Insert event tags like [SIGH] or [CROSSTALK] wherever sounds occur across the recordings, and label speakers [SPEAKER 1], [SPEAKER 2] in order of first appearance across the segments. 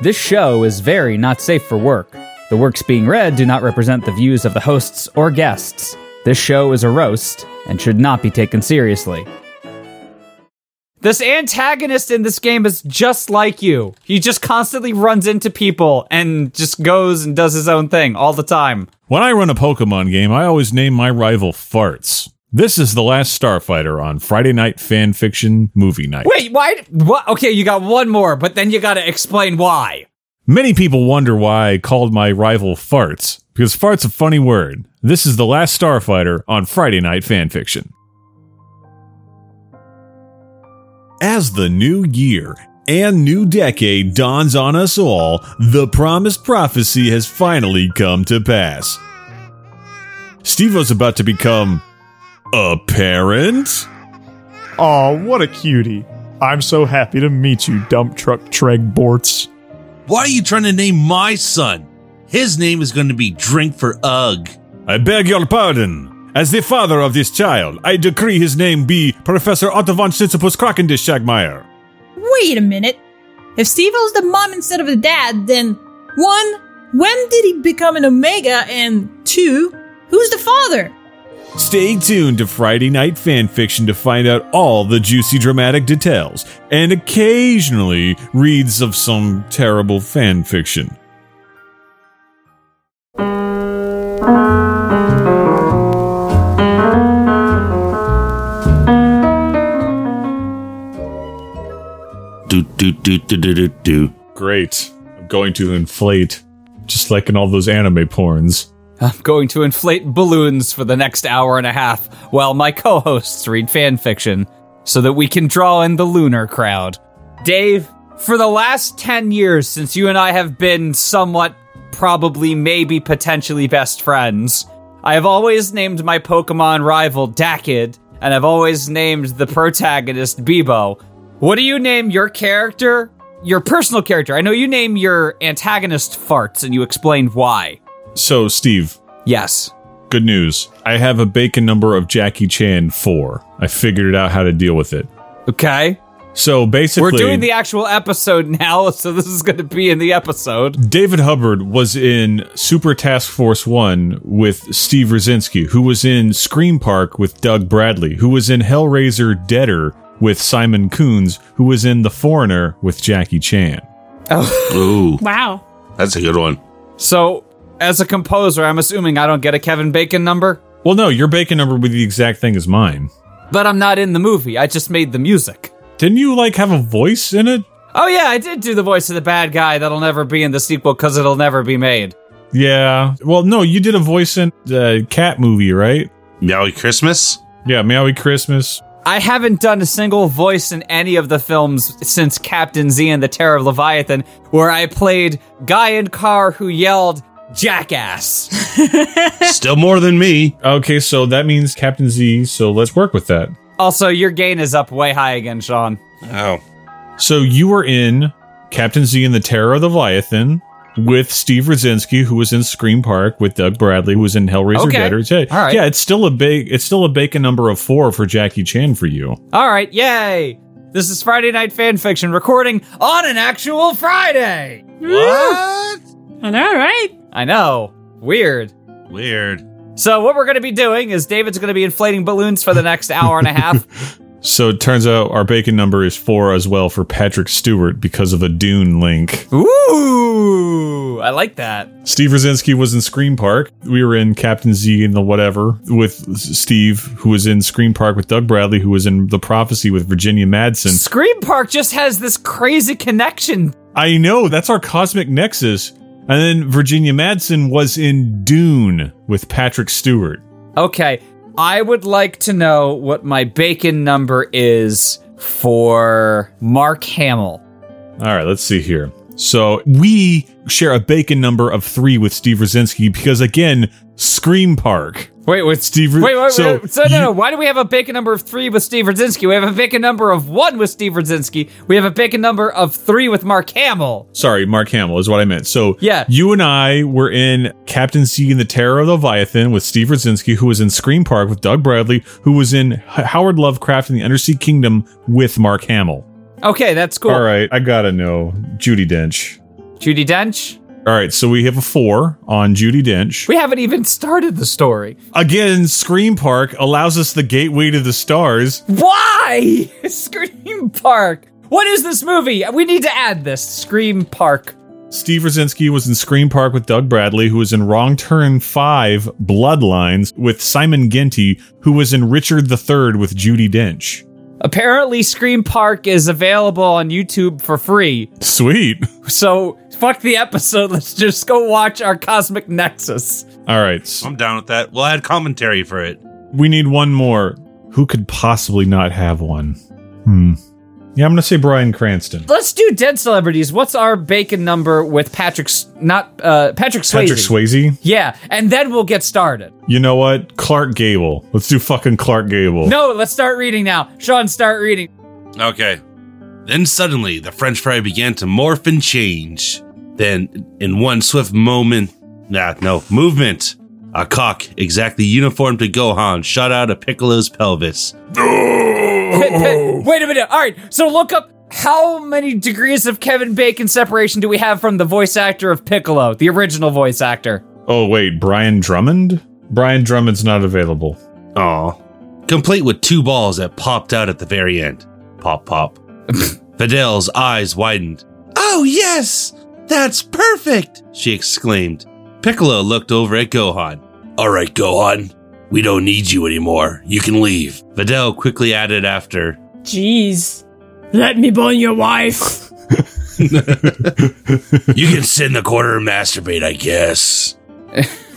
[SPEAKER 1] This show is very not safe for work. The works being read do not represent the views of the hosts or guests. This show is a roast and should not be taken seriously. This antagonist in this game is just like you. He just constantly runs into people and just goes and does his own thing all the time.
[SPEAKER 2] When I run a Pokemon game, I always name my rival Farts. This is the last Starfighter on Friday Night Fan Fiction Movie Night.
[SPEAKER 1] Wait, why? What? Okay, you got one more, but then you got to explain why.
[SPEAKER 2] Many people wonder why I called my rival Farts, because Fart's a funny word. This is the last Starfighter on Friday Night Fan Fiction. As the new year and new decade dawns on us all, the promised prophecy has finally come to pass. Steve was about to become a parent?
[SPEAKER 3] Aw, what a cutie. I'm so happy to meet you, dump truck Treg Borts.
[SPEAKER 4] Why are you trying to name my son? His name is going to be Drink for Ugg.
[SPEAKER 2] I beg your pardon. As the father of this child, I decree his name be Professor Otto von Sisyphus Krakendish Shagmeyer.
[SPEAKER 5] Wait a minute. If Steve was the mom instead of the dad, then one, when did he become an Omega? And two, who's the father?
[SPEAKER 2] Stay tuned to Friday Night Fanfiction to find out all the juicy dramatic details, and occasionally reads of some terrible fanfiction.
[SPEAKER 4] Do, do, do, do, do, do, [LAUGHS] do.
[SPEAKER 2] Great. I'm going to inflate, just like in all those anime porns.
[SPEAKER 1] I'm going to inflate balloons for the next hour and a half while my co hosts read fanfiction so that we can draw in the lunar crowd. Dave, for the last 10 years since you and I have been somewhat, probably, maybe, potentially best friends, I have always named my Pokemon rival Dakid, and I've always named the protagonist Bebo. What do you name your character? Your personal character. I know you name your antagonist Farts, and you explained why.
[SPEAKER 2] So, Steve,
[SPEAKER 1] Yes.
[SPEAKER 2] good news. I have a bacon number of Jackie Chan 4. I figured out how to deal with it.
[SPEAKER 1] Okay.
[SPEAKER 2] So basically,
[SPEAKER 1] We're doing the actual episode [LAUGHS] now, so this is going to be in the episode.
[SPEAKER 2] David Hubbard was in Super Task Force One with Steve Rosinski, who was in Scream Park with Doug Bradley, who was in Hellraiser Deader with Simon Coons, who was in The Foreigner with Jackie Chan.
[SPEAKER 4] Ooh,
[SPEAKER 5] Wow.
[SPEAKER 4] that's a good one.
[SPEAKER 1] So, as a composer, I'm assuming I don't get a Kevin Bacon number,
[SPEAKER 2] Well, no, your bacon number would be the exact thing as mine.
[SPEAKER 1] but I'm not in the movie. I just made the music.
[SPEAKER 2] Didn't you like have a voice in it?
[SPEAKER 1] Oh, yeah, I did do the voice of the bad guy that'll never be in the sequel because it'll never be made.
[SPEAKER 2] Yeah. Well, no, you did a voice in the cat movie, right?
[SPEAKER 4] Meowie Christmas?
[SPEAKER 2] Yeah, Meowie Christmas.
[SPEAKER 1] I haven't done a single voice in any of the films since Captain Z and the Terror of Leviathan, where I played Guy in Car who yelled, Jackass. [LAUGHS]
[SPEAKER 4] Still more than me.
[SPEAKER 2] Okay, so that means Captain Z, so let's work with that.
[SPEAKER 1] also, your gain is up way high again, Sean.
[SPEAKER 4] Oh.
[SPEAKER 2] So you were in Captain Z and the Terror of the Leviathan with Steve Rosinski, who was in Scream Park with Doug Bradley, who was in Hellraiser
[SPEAKER 1] Okay.
[SPEAKER 2] Dead. Yeah,
[SPEAKER 1] All right.
[SPEAKER 2] yeah, it's still a big, it's still a bacon number of four for Jackie Chan for you.
[SPEAKER 1] All right, yay! This is Friday Night Fanfiction recording on an actual Friday!
[SPEAKER 4] What?
[SPEAKER 5] All right.
[SPEAKER 1] I know, weird.
[SPEAKER 4] Weird.
[SPEAKER 1] So, what we're gonna be doing is David's gonna be inflating balloons for the next hour and a half.
[SPEAKER 2] So it turns out our bacon number is four as well for Patrick Stewart because of a Dune link.
[SPEAKER 1] Ooh, I like that.
[SPEAKER 2] Steve Rosinski was in Scream Park. We were in Captain Z and the whatever with S- Steve, who was in Scream Park with Doug Bradley, who was in The Prophecy with Virginia Madsen.
[SPEAKER 1] Scream Park just has this crazy connection.
[SPEAKER 2] I know, that's our cosmic nexus. And then Virginia Madsen was in Dune with Patrick Stewart.
[SPEAKER 1] Okay, I would like to know what my bacon number is for Mark Hamill.
[SPEAKER 2] All right, let's see here. So we share a bacon number of three with Steve Rosinski because, again, Scream Park.
[SPEAKER 1] Wait, wait,
[SPEAKER 2] Steve-
[SPEAKER 1] Wait, wait,
[SPEAKER 2] so
[SPEAKER 1] wait. So no,
[SPEAKER 2] you-
[SPEAKER 1] no. Why do we have a bacon number of three with Steve Radzinski? We have a bacon number of one with Steve Radzinski. We have a bacon number of three with Mark Hamill.
[SPEAKER 2] Sorry, Mark Hamill is what I meant. So
[SPEAKER 1] Yeah.
[SPEAKER 2] you and I were in Captain C and the Terror of the Leviathan with Steve Rosinski, who was in Scream Park with Doug Bradley, who was in H- Howard Lovecraft and the Undersea Kingdom with Mark Hamill.
[SPEAKER 1] Okay, that's cool.
[SPEAKER 2] All right, I gotta know Judy Dench.
[SPEAKER 1] Judy Dench?
[SPEAKER 2] All right, so we have a four on Judy Dench.
[SPEAKER 1] We haven't even started the story.
[SPEAKER 2] Again, Scream Park allows us the gateway to the stars.
[SPEAKER 1] Why? [LAUGHS] Scream Park. What is this movie? We need to add this. Scream Park.
[SPEAKER 2] Steve Rosinski was in Scream Park with Doug Bradley, who was in Wrong Turn 5 Bloodlines with Simon Genty, who was in Richard III with Judy Dench.
[SPEAKER 1] Apparently, Scream Park is available on YouTube for free.
[SPEAKER 2] Sweet.
[SPEAKER 1] So, fuck the episode. [LAUGHS] Let's just go watch our Cosmic Nexus.
[SPEAKER 2] All right. s-
[SPEAKER 4] I'm down with that. We'll add commentary for it.
[SPEAKER 2] We need one more. Who could possibly not have one? Hmm. Yeah, I'm going to say Brian Cranston.
[SPEAKER 1] Let's do dead celebrities. What's our bacon number with Patrick? S- Not uh, Patrick Swayze.
[SPEAKER 2] Patrick Swayze.
[SPEAKER 1] Yeah, and then we'll get started.
[SPEAKER 2] You know what? Clark Gable. Let's do fucking Clark Gable.
[SPEAKER 1] No, let's start reading now. Sean, start reading. [LAUGHS]
[SPEAKER 4] Okay. Then suddenly the French fry began to morph and change. Then, in one swift moment, nah, no, movement, a cock exactly uniform to Gohan shot out of Piccolo's pelvis.
[SPEAKER 1] Wait a minute. All right, so look up how many degrees of Kevin Bacon separation do we have from the voice actor of Piccolo, the original voice actor?
[SPEAKER 2] Oh, wait. Brian Drummond? Brian Drummond's not available.
[SPEAKER 4] Aw. Complete with two balls that popped out at the very end. Pop, [LAUGHS] pop. Fidel's eyes widened. Oh, yes! That's perfect! She exclaimed. Piccolo looked over at Gohan. All right, Gohan. We don't need you anymore. You can leave. Videl quickly added after.
[SPEAKER 5] Jeez. Let me burn your wife.
[SPEAKER 4] [LAUGHS]
[SPEAKER 5] [LAUGHS]
[SPEAKER 4] You can sit in the corner and masturbate, I guess.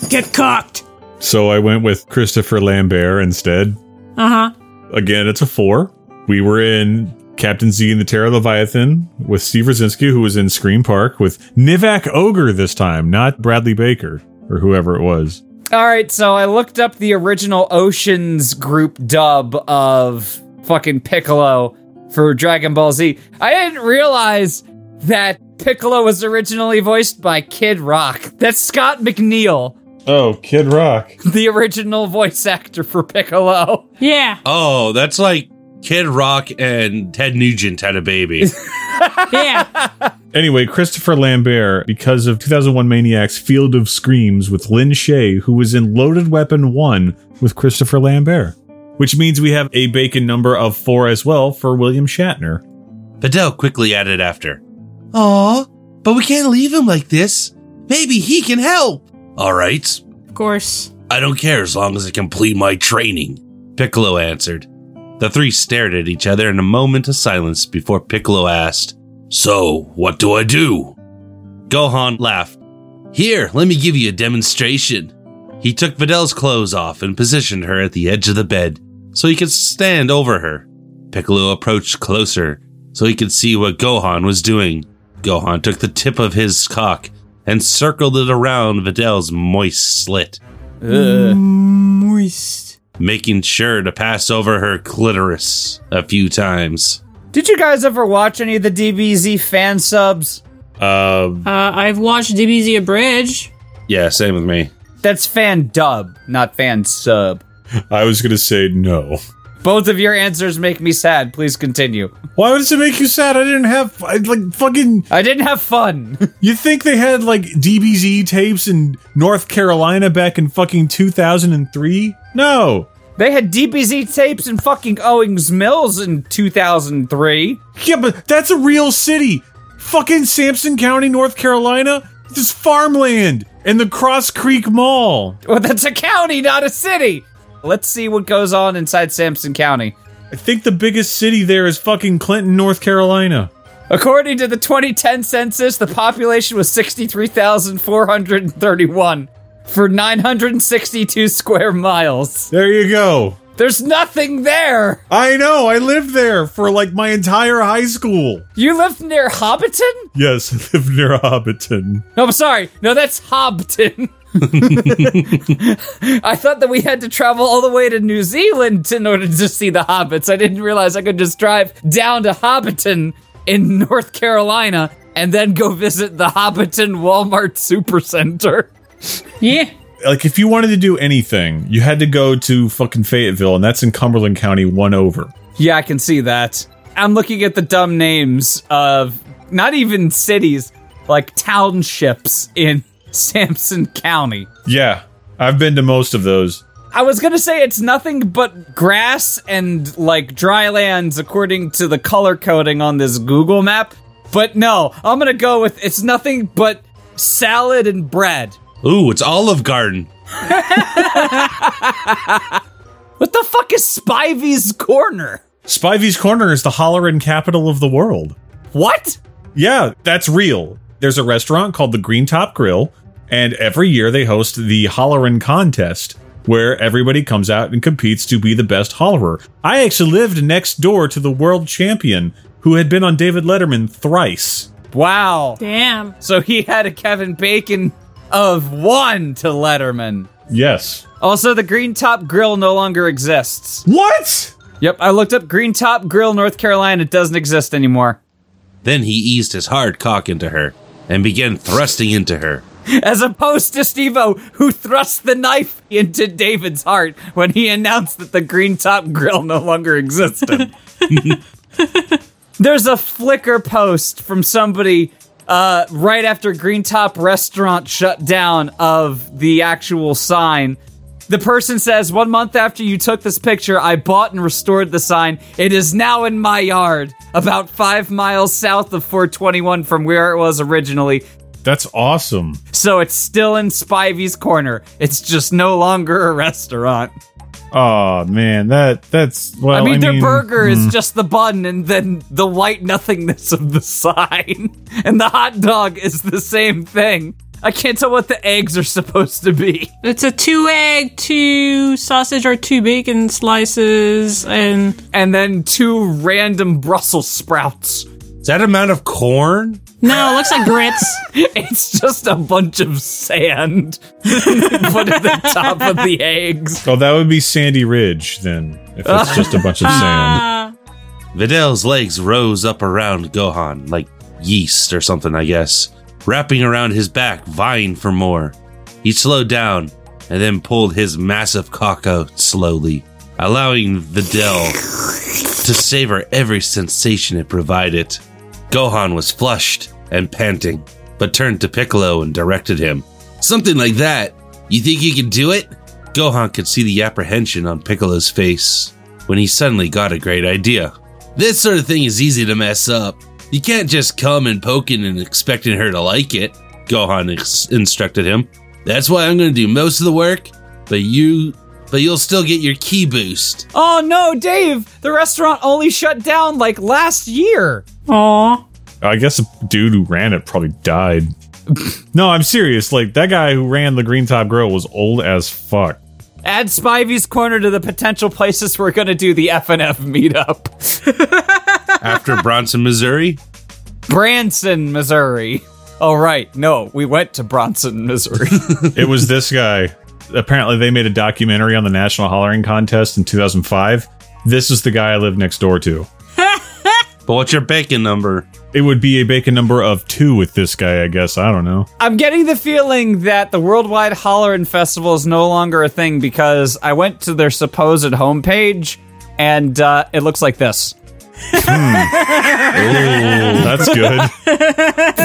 [SPEAKER 5] Get cocked.
[SPEAKER 2] So I went with Christopher Lambert instead.
[SPEAKER 5] Uh huh.
[SPEAKER 2] Again, it's a four. We were in Captain Z and the Terror Leviathan with Steve Rosinski, who was in Scream Park with Nivak Ogre this time, not Bradley Baker or whoever it was.
[SPEAKER 1] All right, so I looked up the original Oceans group dub of fucking Piccolo for Dragon Ball Z. I didn't realize that Piccolo was originally voiced by Kid Rock. That's Scott McNeil,
[SPEAKER 2] Oh, Kid Rock.
[SPEAKER 1] the original voice actor for Piccolo.
[SPEAKER 5] Yeah.
[SPEAKER 4] Oh, that's like Kid Rock and Ted Nugent had a [LAUGHS] baby.
[SPEAKER 5] Yeah.
[SPEAKER 2] Anyway, Christopher Lambert, because of 2001 Maniac's Field of Screams with Lynn Shay, who was in Loaded Weapon 1 with Christopher Lambert. Which means we have a bacon number of four as well for William Shatner.
[SPEAKER 4] Videl quickly added after. Aw, but we can't leave him like this. Maybe he can help. All right.
[SPEAKER 5] of course.
[SPEAKER 4] I don't care as long as I complete my training, Piccolo answered. The three stared at each other in a moment of silence before Piccolo asked, So, what do I do? Gohan laughed. Here, let me give you a demonstration. He took Videl's clothes off and positioned her at the edge of the bed so he could stand over her. Piccolo approached closer so he could see what Gohan was doing. Gohan took the tip of his cock and circled it around Videl's moist slit
[SPEAKER 5] Moist.
[SPEAKER 4] making sure to pass over her clitoris a few times.
[SPEAKER 1] Did you guys ever watch any of the DBZ fan subs?
[SPEAKER 2] Uh,
[SPEAKER 5] Uh, I've watched DBZ Abridge.
[SPEAKER 4] Yeah, same with me.
[SPEAKER 1] That's fan dub, not fan sub.
[SPEAKER 2] I was going to say no.
[SPEAKER 1] Both of your answers make me sad. Please continue.
[SPEAKER 2] Why does it make you sad? I didn't have, I, like, fucking.
[SPEAKER 1] I didn't have fun.
[SPEAKER 2] You think they had, like, DBZ tapes in North Carolina back in fucking 2003? No.
[SPEAKER 1] They had DBZ tapes in fucking Owings Mills in 2003.
[SPEAKER 2] Yeah, but that's a real city. Fucking Sampson County, North Carolina. This farmland and the Cross Creek Mall.
[SPEAKER 1] Well, that's a county, not a city. Let's see what goes on inside Sampson County.
[SPEAKER 2] I think the biggest city there is fucking Clinton, North Carolina.
[SPEAKER 1] According to the 2010 census, the population was 63,431 for 962 square miles.
[SPEAKER 2] There you go.
[SPEAKER 1] There's nothing there.
[SPEAKER 2] I know. I lived there for like my entire high school.
[SPEAKER 1] You lived near Hobbiton?
[SPEAKER 2] Yes, [LAUGHS] I lived near Hobbiton.
[SPEAKER 1] No, I'm sorry. No, that's Hobbiton. [LAUGHS] I thought that we had to travel all the way to New Zealand in order to see the hobbits. I didn't realize I could just drive down to Hobbiton in [LAUGHS] North Carolina and then go visit the Hobbiton Walmart Supercenter.
[SPEAKER 5] Yeah.
[SPEAKER 2] Like, if you wanted to do anything, you had to go to fucking Fayetteville, and that's in Cumberland County, one over.
[SPEAKER 1] Yeah, I can see that. I'm looking at the dumb names of not even cities, like townships in [LAUGHS] Sampson County.
[SPEAKER 2] Yeah, I've been to most of those.
[SPEAKER 1] I was gonna say it's nothing but grass and like dry lands according to the color coding on this Google map, but no, I'm gonna go with it's nothing but salad and bread.
[SPEAKER 4] Ooh, it's Olive Garden.
[SPEAKER 1] What the fuck is Spivey's Corner?
[SPEAKER 2] Spivey's Corner is the hollerin' capital of the world.
[SPEAKER 1] What?
[SPEAKER 2] Yeah, that's real. There's a restaurant called the Green Top Grill, and every year they host the Hollerin' Contest, where everybody comes out and competes to be the best hollerer. I actually lived next door to the world champion, who had been on David Letterman thrice.
[SPEAKER 1] Wow.
[SPEAKER 5] Damn.
[SPEAKER 1] So he had a Kevin Bacon of one to Letterman.
[SPEAKER 2] Yes.
[SPEAKER 1] Also, the Green Top Grill no longer exists.
[SPEAKER 2] What?
[SPEAKER 1] Yep, I looked up Green Top Grill, North Carolina. It doesn't exist anymore.
[SPEAKER 4] Then he eased his hard cock into her and began thrusting into her.
[SPEAKER 1] As opposed to Stevo, who thrust the knife into David's heart when he announced that the Green Top Grill no longer existed. There's a Flickr post from somebody uh, right after Green Top Restaurant shut down of the actual sign. The person says, One month after you took this picture, I bought and restored the sign. It is now in my yard, about five miles south of 421 from where it was originally.
[SPEAKER 2] That's awesome.
[SPEAKER 1] So it's still in Spivey's corner. It's just no longer a restaurant.
[SPEAKER 2] Oh man, that that's well.
[SPEAKER 1] I mean, hmm. their burger is just the bun and then the white nothingness of the sign. [LAUGHS] And the hot dog is the same thing. I can't tell what the eggs are supposed to be. [LAUGHS]
[SPEAKER 5] It's a two egg, two sausage or two bacon slices, and
[SPEAKER 1] And then two random Brussels sprouts. [LAUGHS]
[SPEAKER 4] Is that amount of corn?
[SPEAKER 5] no, it looks like grits. [LAUGHS]
[SPEAKER 1] It's just a bunch of sand [LAUGHS] put at the top of the eggs.
[SPEAKER 2] Oh, that would be Sandy Ridge then, if it's just a
[SPEAKER 1] [LAUGHS]
[SPEAKER 2] bunch of sand.
[SPEAKER 4] Vidal's legs rose up around Gohan, like yeast or something, I guess, wrapping around his back, vying for more. He slowed down and then pulled his massive cock out slowly, allowing Videl to savor every sensation it provided. Gohan was flushed and panting, but turned to Piccolo and directed him. Something like that. You think you can do it? Gohan could see the apprehension on Piccolo's face when he suddenly got a great idea. This sort of thing is easy to mess up. You can't just come and poking and expecting her to like it, Gohan ex- instructed him. That's why I'm going to do most of the work, but you but you'll still get your key boost.
[SPEAKER 1] [LAUGHS] Oh no, Dave! The restaurant only shut down like last year.
[SPEAKER 5] Aw.
[SPEAKER 2] I guess the dude who ran it probably died. [LAUGHS] no, I'm serious. Like that guy who ran the Green Top Grill was old as fuck.
[SPEAKER 1] Add Spivey's Corner to the potential places we're gonna do the FNF meetup.
[SPEAKER 4] After Bronson, Missouri,
[SPEAKER 1] Branson, Missouri. Oh right, no, we went to Bronson, Missouri. [LAUGHS]
[SPEAKER 2] It was this guy. Apparently, they made a documentary on the National Hollering Contest in 2005. This is the guy I live next door to.
[SPEAKER 4] but what's your bacon number?
[SPEAKER 2] It would be a bacon number of two with this guy, I guess. I don't know.
[SPEAKER 1] I'm getting the feeling that the Worldwide Hollerin' Festival is no longer a thing because I went to their supposed homepage and uh, it looks like this.
[SPEAKER 2] That's good.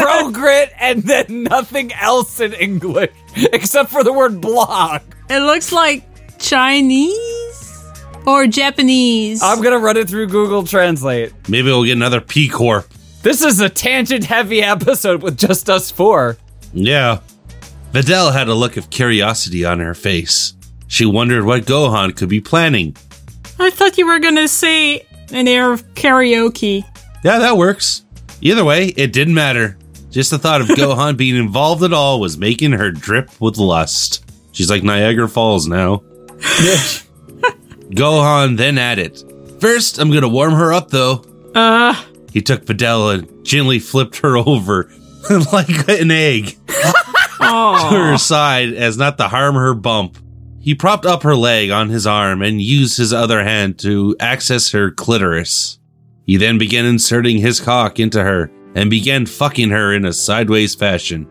[SPEAKER 1] Progrit and then nothing else in English except for the word blog.
[SPEAKER 5] It looks like Chinese or Japanese.
[SPEAKER 1] I'm gonna run it through Google Translate.
[SPEAKER 4] Maybe we'll get another P Corp.
[SPEAKER 1] This is a tangent heavy episode with just us four.
[SPEAKER 4] Yeah. Videl had a look of curiosity on her face. She wondered what Gohan could be planning.
[SPEAKER 5] I thought you were gonna say an air of [LAUGHS] karaoke.
[SPEAKER 4] Yeah, that works. Either way, it didn't matter. Just the thought of Gohan being involved at all was making her drip with lust. She's like Niagara Falls now. Gohan then added, First, I'm gonna warm her up though.
[SPEAKER 5] Uh,
[SPEAKER 4] He took Videl and gently flipped her [LAUGHS] over like an egg to
[SPEAKER 5] oh,
[SPEAKER 4] her side as not to harm her bump. He propped up her leg on his arm and used his other hand to access her clitoris. He then began inserting his cock into her and began fucking her in a sideways fashion.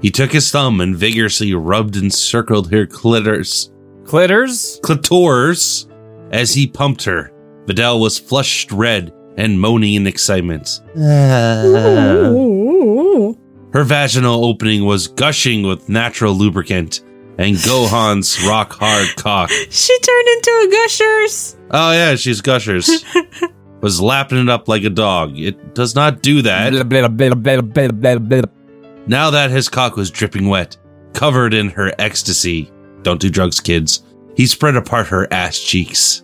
[SPEAKER 4] He took his thumb and vigorously rubbed and circled her clitoris,
[SPEAKER 1] Clitters?
[SPEAKER 4] clitoris as he pumped her. Vidal was flushed red and moaning in excitement. Her vaginal opening was gushing with natural lubricant and Gohan's rock hard cock.
[SPEAKER 5] She turned into a gushers.
[SPEAKER 4] Oh, yeah, she's gushers. was lapping it up like a dog. It does not do that. Now that his cock was dripping wet, covered in her ecstasy, don't do drugs, kids, he spread apart her ass cheeks.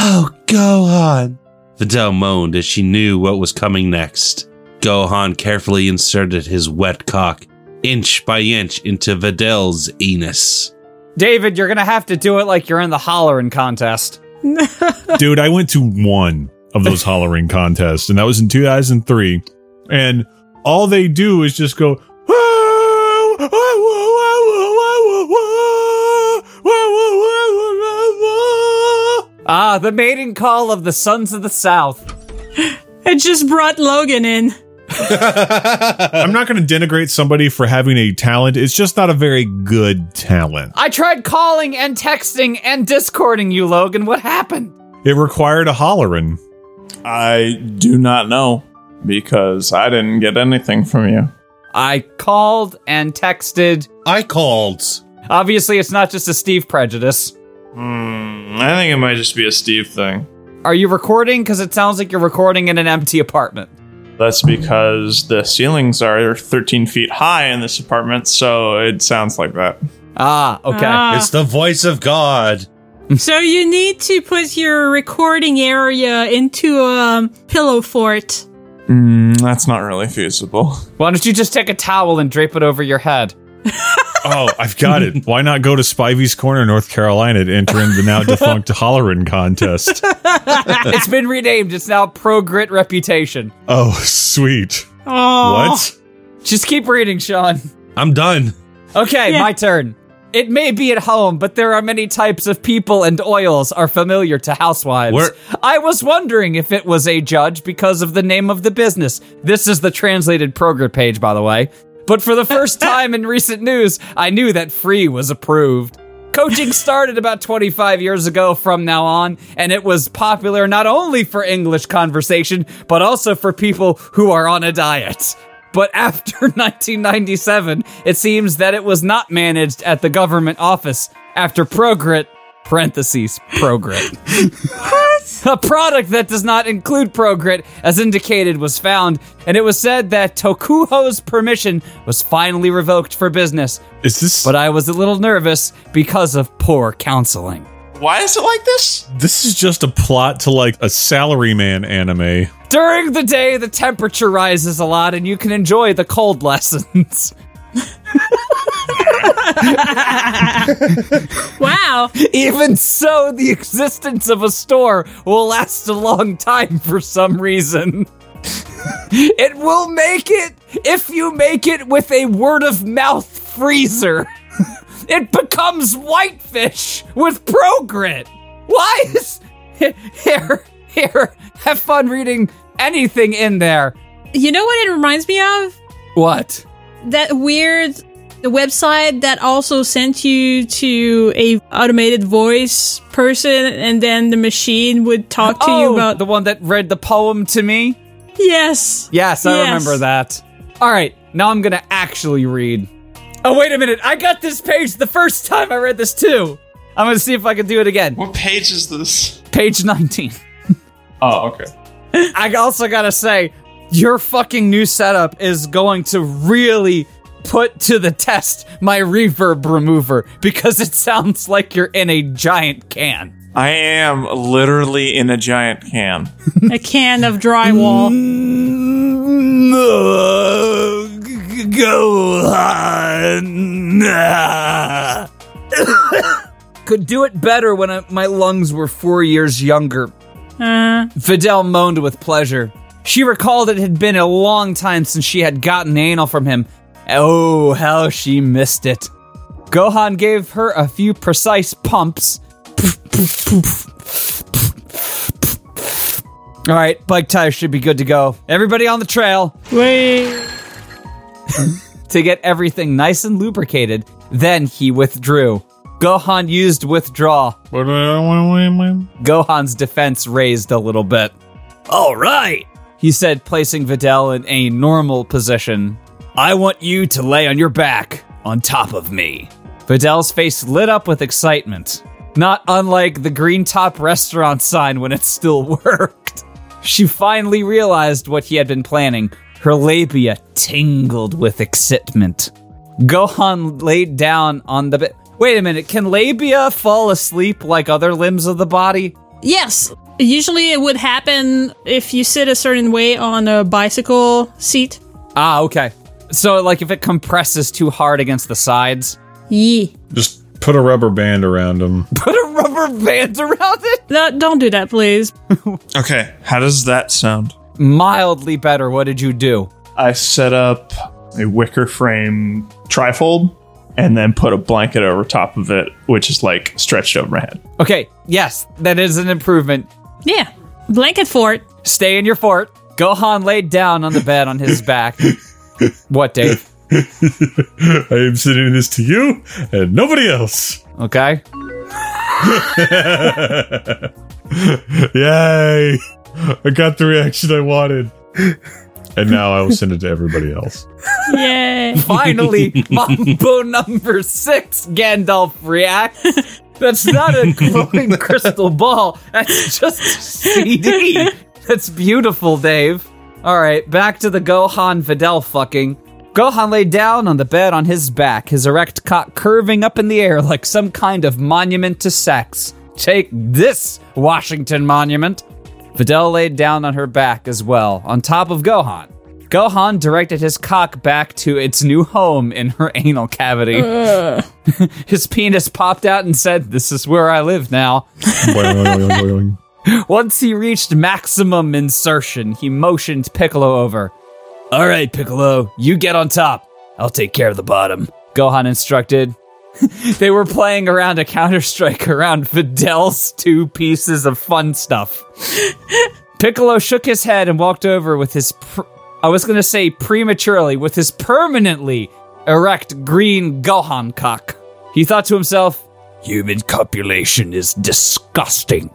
[SPEAKER 4] Oh, Gohan! Videl moaned as she knew what was coming next. Gohan carefully inserted his wet cock, inch by inch, into Videl's anus.
[SPEAKER 1] David, you're gonna have to do it like you're in the hollering contest.
[SPEAKER 2] Dude, I went to one of those hollering contests, and that was in 2003. And all they do is just go,
[SPEAKER 1] Ah, the mating call of the Sons of the South.
[SPEAKER 5] It just brought Logan in.
[SPEAKER 2] I'm not going to denigrate somebody for having a talent. It's just not a very good talent.
[SPEAKER 1] I tried calling and texting and discording you, Logan. What happened?
[SPEAKER 2] It required a hollering.
[SPEAKER 3] I do not know because I didn't get anything from you.
[SPEAKER 1] I called and texted.
[SPEAKER 4] I called.
[SPEAKER 1] Obviously, it's not just a Steve prejudice.
[SPEAKER 3] I think it might just be a Steve thing.
[SPEAKER 1] Are you recording? Because it sounds like you're recording in an empty apartment.
[SPEAKER 3] That's because the ceilings are 13 feet high in this apartment, so it sounds like that.
[SPEAKER 1] Ah, okay.
[SPEAKER 5] Ah.
[SPEAKER 4] It's the voice of God.
[SPEAKER 5] so you need to put your recording area into a pillow fort.
[SPEAKER 3] Mm, that's not really feasible.
[SPEAKER 1] Why don't you just take a towel and drape it over your [LAUGHS] head?
[SPEAKER 2] Oh, I've got
[SPEAKER 4] [LAUGHS]
[SPEAKER 2] it. Why not go to Spivey's Corner, North Carolina, to enter in the now
[SPEAKER 4] [LAUGHS]
[SPEAKER 2] defunct hollering contest?
[SPEAKER 1] it's been renamed. It's now Pro Grit Reputation.
[SPEAKER 2] Oh, sweet.
[SPEAKER 5] Oh,
[SPEAKER 2] What?
[SPEAKER 1] Just keep reading, Sean.
[SPEAKER 4] I'm done.
[SPEAKER 1] Okay,
[SPEAKER 5] Yeah.
[SPEAKER 1] my turn. It may be at home, but there are many types of people, and oils are familiar to housewives.
[SPEAKER 4] We're-
[SPEAKER 1] I was wondering if it was a judge because of the name of the business. This is the translated Progrit page, by the way. But for the first time in recent news, I knew that free was approved. Coaching started about 25 years ago from now on, and it was popular not only for English conversation, but also for people who are on a diet. But [LAUGHS] after 1997, it seems that it was not managed at the government office after Progrit, parentheses, Progrit. A product that does not include Progrit, as indicated, was found, and it was said that Tokuho's permission was finally revoked for business,
[SPEAKER 2] Is this
[SPEAKER 1] but I was a little nervous because of poor counseling.
[SPEAKER 3] Why is it like this?
[SPEAKER 2] this is just a plot to like a salaryman anime?
[SPEAKER 1] During the day, the temperature rises a lot and you can enjoy the cold [LAUGHS] lessons.
[SPEAKER 5] wow.
[SPEAKER 1] Even so, the existence of a store will last a long time for some reason. [LAUGHS] it will make it if you make it with a word of mouth freezer. [LAUGHS] it becomes whitefish with progrit. Why is [LAUGHS] here here have fun reading anything in there?
[SPEAKER 5] You know what it reminds me of?
[SPEAKER 1] What?
[SPEAKER 5] That weird the website that also sent you to a automated voice person and then the machine would talk to you about
[SPEAKER 1] Oh, the one that read the poem to me?
[SPEAKER 5] Yes.
[SPEAKER 1] Yes, I
[SPEAKER 5] Yes.
[SPEAKER 1] remember that. All right, now I'm gonna actually read. Oh, wait a minute. I got this page the first time I read this too. I'm gonna see if I can do it again.
[SPEAKER 3] What page is this?
[SPEAKER 1] Page 19.
[SPEAKER 3] Oh, okay.
[SPEAKER 1] [LAUGHS] I also gotta say, your fucking new setup is going to really put to the test my reverb remover because it sounds like you're in a giant can.
[SPEAKER 3] I am literally in a giant can.
[SPEAKER 5] A can of drywall.
[SPEAKER 1] Go on. Could do it better when I, my lungs were four years younger.
[SPEAKER 5] Uh,
[SPEAKER 1] Fidel moaned with pleasure. She recalled it had been a long time since she had gotten anal from him. Oh, how she missed it. Gohan gave her a few precise pumps. All right, bike tires should be good to go. Everybody on the trail
[SPEAKER 5] wait.
[SPEAKER 1] to get everything nice and lubricated. Then he withdrew. Gohan used withdraw. Gohan's defense raised a little bit. All right. He said, placing Videl in a normal position. I want you to lay on your back on top of me. Videl's face lit up with excitement, not unlike the green top restaurant sign when it still [LAUGHS] worked. She finally realized what he had been planning. Her labia tingled with excitement. Gohan laid down on the bed. Wait a minute, can labia fall asleep like other limbs of the body?
[SPEAKER 5] Yes. Usually it would happen if you sit a certain way on a bicycle seat.
[SPEAKER 1] Ah, okay. So, like, if it compresses too hard against the sides, [LAUGHS]
[SPEAKER 5] Yee.
[SPEAKER 2] Just put a rubber band around him. [LAUGHS]
[SPEAKER 1] put a rubber band around it?
[SPEAKER 5] No, don't do that, please.
[SPEAKER 3] Okay, how does that sound?
[SPEAKER 1] Mildly better. What did you do?
[SPEAKER 3] I set up a wicker frame trifold and then put a blanket over top of it, which is like stretched over my head.
[SPEAKER 1] Okay, yes, that is an improvement.
[SPEAKER 5] Yeah. Blanket fort.
[SPEAKER 1] Stay in your fort. Gohan laid down on the bed on his back. what, Dave?
[SPEAKER 2] I am sending this to you and nobody else.
[SPEAKER 1] Okay.
[SPEAKER 2] Yay! I got the reaction I wanted. And now I will send it to everybody [LAUGHS] else.
[SPEAKER 5] Yay.
[SPEAKER 1] Finally, Mambo number six, Gandalf reacts. That's not a glowing crystal ball. That's just CD. That's beautiful, Dave. All right, back to the Gohan Videl fucking. Gohan lay down on the bed on his back, his erect cock curving up in the air like some kind of monument to sex. Take this, Washington Monument. Videl laid down on her back as well, on top of Gohan. Gohan directed his cock back to its new home in her anal cavity. [LAUGHS] his penis popped out and said, This is where I live now.
[SPEAKER 2] Boing, boing, boing, boing.
[SPEAKER 1] Once he reached maximum insertion, he motioned Piccolo over. All right, Piccolo, you get on top. I'll take care of the bottom. Gohan instructed. [LAUGHS] they were playing around a Counter Strike around Fidel's two pieces of fun stuff. [LAUGHS] Piccolo shook his head and walked over with his. Pr- I was going to say prematurely, with his permanently erect green Gohan cock. He thought to himself, Human copulation is disgusting.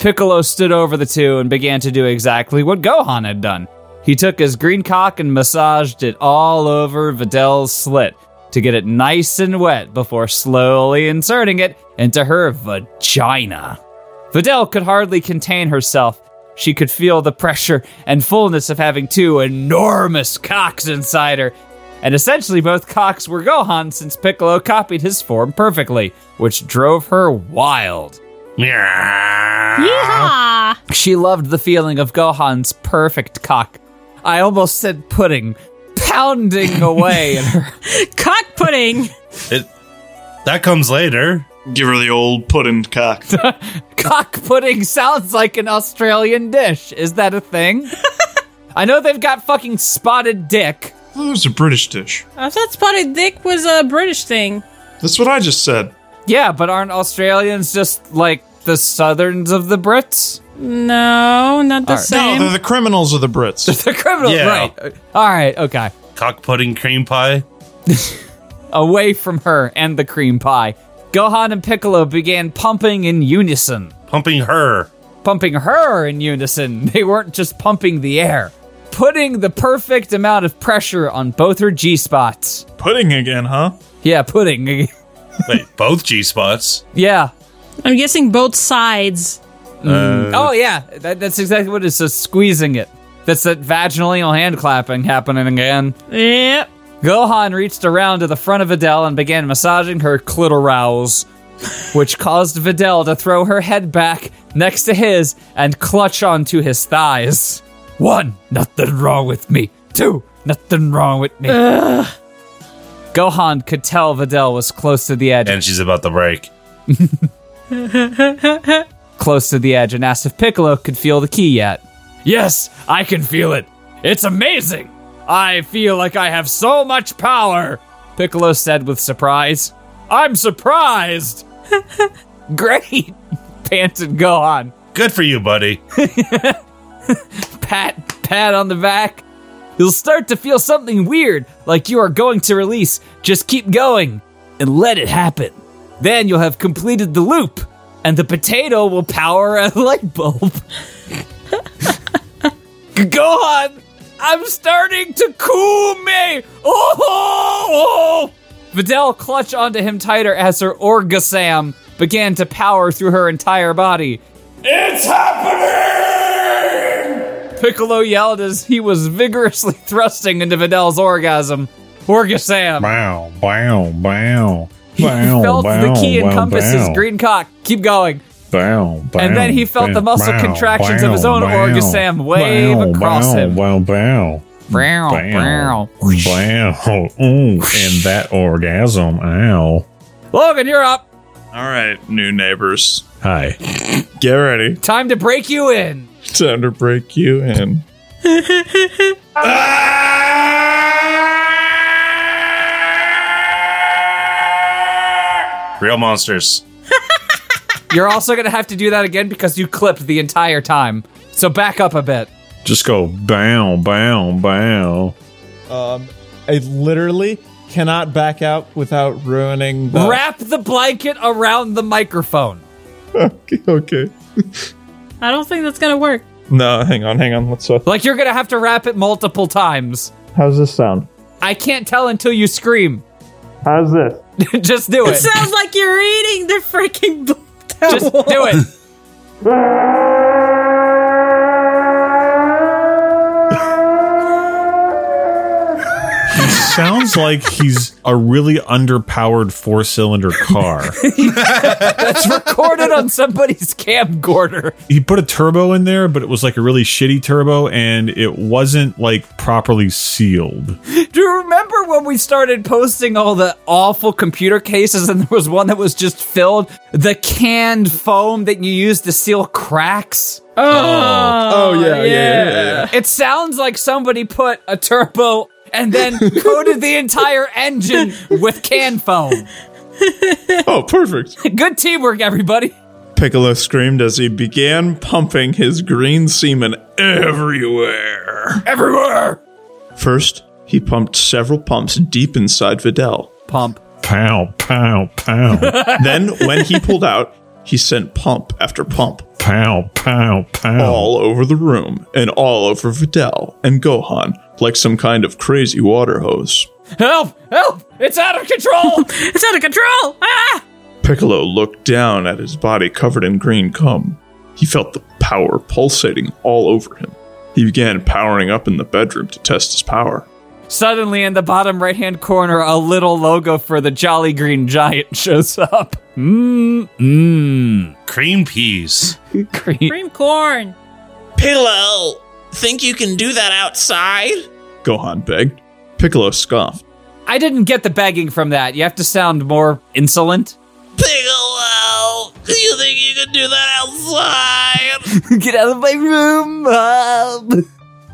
[SPEAKER 1] Piccolo stood over the two and began to do exactly what Gohan had done. He took his green cock and massaged it all over Videl's slit to get it nice and wet before slowly inserting it into her vagina. Videl could hardly contain herself. She could feel the pressure and fullness of having two enormous cocks inside her. And essentially, both cocks were Gohan since Piccolo copied his form perfectly, which drove her wild.
[SPEAKER 5] Yeehaw.
[SPEAKER 1] She loved the feeling of Gohan's perfect cock. I almost said pudding, pounding away in her.
[SPEAKER 5] Cock pudding.
[SPEAKER 4] It that comes later.
[SPEAKER 3] Give her the old pudding cock.
[SPEAKER 1] Cock pudding sounds like an Australian dish. Is that a thing? I know they've got fucking spotted dick.
[SPEAKER 3] [LAUGHS] oh, was a British dish.
[SPEAKER 5] I thought spotted dick was a British thing.
[SPEAKER 3] That's what I just said.
[SPEAKER 1] Yeah, but aren't Australians just like the southerns of the Brits? [LAUGHS]
[SPEAKER 5] No, not the
[SPEAKER 1] All right.
[SPEAKER 5] same.
[SPEAKER 3] Oh, they're the criminals of the Brits.
[SPEAKER 1] The criminal,
[SPEAKER 4] Yeah.
[SPEAKER 1] right. All right, okay.
[SPEAKER 4] Cock pudding cream pie.
[SPEAKER 1] Away from her and the cream pie. Gohan and Piccolo began pumping in unison.
[SPEAKER 4] [LAUGHS] Pumping her.
[SPEAKER 1] pumping her in unison. [LAUGHS] They weren't just pumping the air, putting the perfect amount of pressure on both her G spots.
[SPEAKER 3] pudding again, huh?
[SPEAKER 1] Yeah, pudding. [LAUGHS]
[SPEAKER 4] Wait, both G spots.
[SPEAKER 1] yeah.
[SPEAKER 5] I'm guessing both sides.
[SPEAKER 1] oh, yeah. That, that's exactly what it is. So squeezing it. That's that vaginal anal hand clapping happening again.
[SPEAKER 5] Yep.
[SPEAKER 1] Gohan reached around to the front of Videl and began massaging her clitorals, which caused Videl to throw her head back next to his and clutch onto his thighs. One, nothing wrong with me. Two, nothing wrong with me. Gohan could tell Videl was close to the edge,
[SPEAKER 4] And she's about to break.
[SPEAKER 1] close to the edge, and asked if Piccolo could feel the key yet. Yes, I can feel it. It's amazing. I feel like I have so much power, Piccolo said with surprise. I'm surprised. [LAUGHS] Great, panted Gohan.
[SPEAKER 4] Good for you, buddy.
[SPEAKER 1] [LAUGHS] Pat, pat on the back. You'll start to feel something weird, like you are going to release. Just keep going and let it happen. Then you'll have completed the loop, and the potato will power a light bulb. Gohan, I'm starting to cool me. Oh, oh, oh. Videl clutched onto him tighter as her orgasam began to power through her entire body.
[SPEAKER 6] It's happening!
[SPEAKER 1] Piccolo yelled as he was vigorously thrusting into Videl's orgasm. Orgasam.
[SPEAKER 2] Bow, bow, bow.
[SPEAKER 1] He felt the key encompass his green cock. Keep going.
[SPEAKER 2] bow, bow,
[SPEAKER 1] and then he felt the muscle contractions of his own orgasam wave across him. Oh,
[SPEAKER 2] Bow, bow,
[SPEAKER 1] Brow,
[SPEAKER 2] bow,
[SPEAKER 1] brow.
[SPEAKER 2] bow. Ooh, and that orgasm. Ow.
[SPEAKER 1] Logan, you're up.
[SPEAKER 3] All right, new neighbors,
[SPEAKER 2] Hi.
[SPEAKER 3] get ready.
[SPEAKER 1] Time to break you in.
[SPEAKER 3] [LAUGHS] Time to break you [LAUGHS] in.
[SPEAKER 4] Real monsters.
[SPEAKER 1] You're also going to have to do that again because you clipped the entire time. So back up a bit.
[SPEAKER 2] Just go bow, bow, bow.
[SPEAKER 7] Um, I literally cannot back out without ruining
[SPEAKER 3] Uh.
[SPEAKER 7] the.
[SPEAKER 1] Wrap the blanket around the microphone.
[SPEAKER 3] [LAUGHS] Okay.
[SPEAKER 5] I don't think that's gonna work.
[SPEAKER 3] No, hang on, hang on. Let's. Uh,
[SPEAKER 1] Like you're going to have to wrap it multiple times.
[SPEAKER 3] how's this sound?
[SPEAKER 1] I can't tell until you scream. [LAUGHS]
[SPEAKER 3] How's this?
[SPEAKER 1] Just do it.
[SPEAKER 5] [LAUGHS] Sounds like you're eating the freaking. b-
[SPEAKER 1] Just do it.
[SPEAKER 2] Sounds like he's a really underpowered four cylinder
[SPEAKER 1] [LAUGHS]
[SPEAKER 2] car.
[SPEAKER 1] It's recorded on somebody's camcorder.
[SPEAKER 2] he put a turbo in there, but it was like a really shitty turbo and it wasn't like properly sealed.
[SPEAKER 1] Do you remember when we started posting all the awful computer cases and there was one that was just filled the canned foam that you use to seal cracks?
[SPEAKER 7] Oh, yeah, yeah, yeah, yeah, yeah.
[SPEAKER 1] It sounds like somebody put a turbo and then coated the entire engine with canned foam.
[SPEAKER 3] Oh,
[SPEAKER 7] [LAUGHS]
[SPEAKER 3] perfect.
[SPEAKER 1] Good teamwork, everybody.
[SPEAKER 3] Piccolo screamed as he began pumping his green semen everywhere.
[SPEAKER 1] Everywhere.
[SPEAKER 3] First, he pumped several pumps deep inside Videl.
[SPEAKER 1] Pump.
[SPEAKER 2] Pow, pow,
[SPEAKER 1] [LAUGHS]
[SPEAKER 2] pow,
[SPEAKER 3] Then, when he pulled out, he sent pump after pump
[SPEAKER 2] pow, pow, pow.
[SPEAKER 3] all over the room and all over Videl and Gohan like some kind of crazy water hose.
[SPEAKER 1] Help! Help! It's out of control! [LAUGHS]
[SPEAKER 5] It's out of control. Ah!
[SPEAKER 3] Piccolo looked down at his body covered in green cum. He felt the power pulsating all over him. He began powering up in the bedroom to test his power.
[SPEAKER 1] Suddenly, in the bottom right hand corner, a little logo for the Jolly Green Giant [LAUGHS] shows up. Mmm, mmm.
[SPEAKER 4] Cream peas.
[SPEAKER 1] Green.
[SPEAKER 5] Cream corn.
[SPEAKER 8] Pillow, think you can do that outside?
[SPEAKER 3] Gohan begged. Piccolo scoffed.
[SPEAKER 1] I didn't get the begging from that. You have to sound more insolent. [LAUGHS]
[SPEAKER 8] Pillow, you think you can do that outside?
[SPEAKER 1] get out of my room, Mom.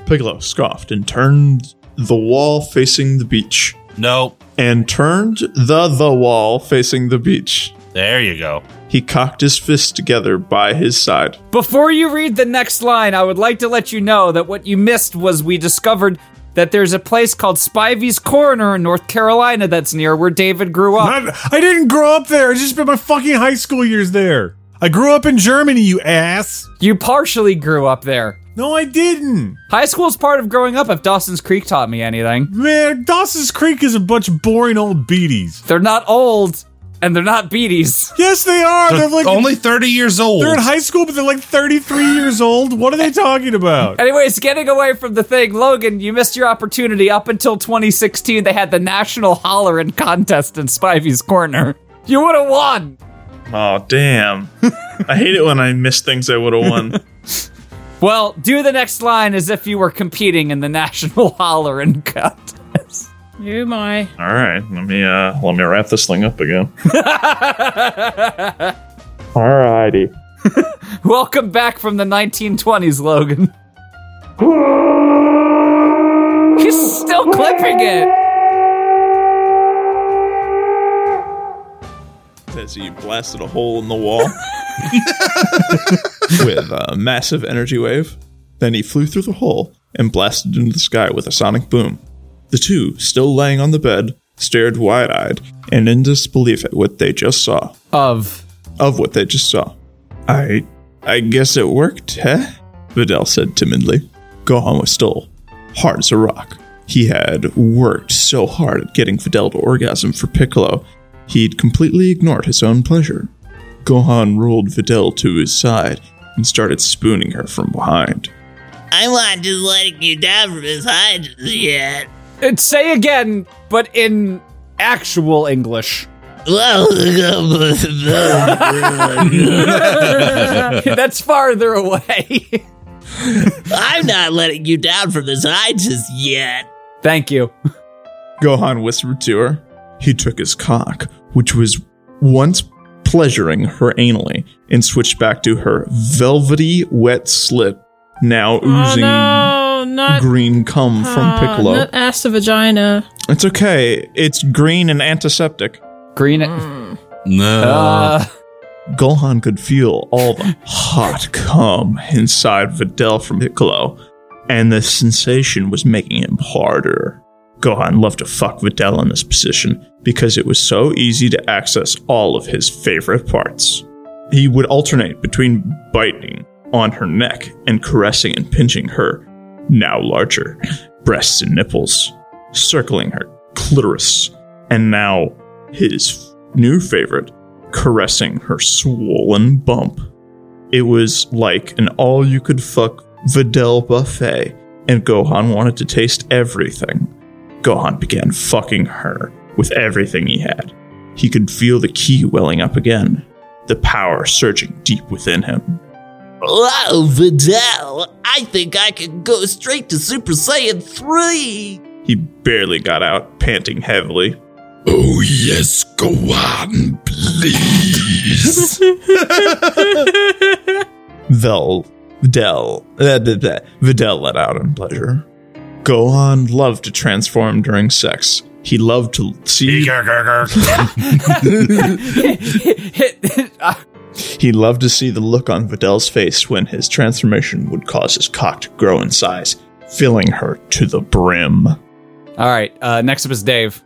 [SPEAKER 3] Piccolo scoffed and turned the wall facing the beach.
[SPEAKER 4] Nope.
[SPEAKER 3] And turned the the wall facing the beach.
[SPEAKER 4] There you go.
[SPEAKER 3] He cocked his fists together by his side.
[SPEAKER 1] Before you read the next line, I would like to let you know that what you missed was we discovered that there's a place called Spivey's Corner in North Carolina that's near where David grew up.
[SPEAKER 2] I, I didn't grow up there. I just spent my fucking high school years there. I grew up in Germany, you ass.
[SPEAKER 1] You partially grew up there.
[SPEAKER 2] No, I didn't.
[SPEAKER 1] High school's part of growing up if Dawson's Creek taught me anything.
[SPEAKER 2] Man, Dawson's Creek is a bunch of boring old beaties.
[SPEAKER 1] They're not old, and they're not beaties. [LAUGHS]
[SPEAKER 2] Yes, they are. They're, like
[SPEAKER 4] only 30 years old.
[SPEAKER 2] they're in high school, but they're like 33 years old. What are they talking about?
[SPEAKER 1] Anyways, getting away from the thing, Logan, you missed your opportunity. Up until 2016, they had the national hollering contest in Spivey's Corner. You would have won.
[SPEAKER 3] Oh, [LAUGHS] damn. I hate it when I miss things I would have [LAUGHS] won.
[SPEAKER 1] Well, do the next line as if you were competing in the [LAUGHS] national hollering contest.
[SPEAKER 5] Oh my.
[SPEAKER 3] All right, let me uh let me wrap this thing up again. Alrighty.
[SPEAKER 1] Welcome back from the 1920s, Logan. He's still clipping it.
[SPEAKER 3] As he blasted a hole in the [LAUGHS] wall with a massive energy wave. Then he flew through the hole and blasted into the sky with a sonic boom. The two, still lying on the bed, stared wide eyed and in disbelief at what they just saw.
[SPEAKER 1] Of.
[SPEAKER 3] Of what they just saw. I I guess it worked, huh? Vidal said timidly. Gohan was still hard as a rock. He had worked so hard at getting Fidel to orgasm for Piccolo, he'd completely ignored his own pleasure. Gohan rolled Fidel to his side and started spooning her from behind.
[SPEAKER 8] I'm not just letting you down from his high just yet.
[SPEAKER 1] It's Uh, say again, but in actual English. [LAUGHS] That's farther away. [LAUGHS]
[SPEAKER 8] I'm not letting you down from this high just yet.
[SPEAKER 1] Thank you.
[SPEAKER 3] Gohan whispered to her. He took his cock, which was once pleasuring her anally, and switched back to her velvety, wet slit, now oozing
[SPEAKER 5] Oh, no, not
[SPEAKER 3] green cum from
[SPEAKER 5] uh,
[SPEAKER 3] Piccolo.
[SPEAKER 5] Not ass to vagina.
[SPEAKER 3] It's okay. It's green and antiseptic.
[SPEAKER 1] Green.
[SPEAKER 4] No.
[SPEAKER 1] Uh, [LAUGHS]
[SPEAKER 3] Gohan could feel all the hot cum inside Videl from Piccolo, and the sensation was making him harder. Gohan loved to fuck Videl in this position because it was so easy to access all of his favorite parts. He would alternate between biting on her neck and caressing and pinching her, now larger, breasts and nipples, circling her clitoris, and now his new favorite, caressing her swollen bump. It was like an all you could fuck Videl buffet, and Gohan wanted to taste everything. Gohan began fucking her with everything he had. He could feel the key welling up again, the power surging deep within him.
[SPEAKER 8] Wow, Vidal, I think I could go straight to Super Saiyan 3.
[SPEAKER 3] He barely got out, panting heavily.
[SPEAKER 6] Oh, yes, go on, please.
[SPEAKER 3] [LAUGHS] Vel, Videl, uh, d- d- Videl let out in pleasure. Gohan loved to transform during sex. He loved to see He loved to see the look on Videl's face when his transformation would cause his cock to grow in size, filling her to the brim.
[SPEAKER 1] all right. Uh, next up is Dave.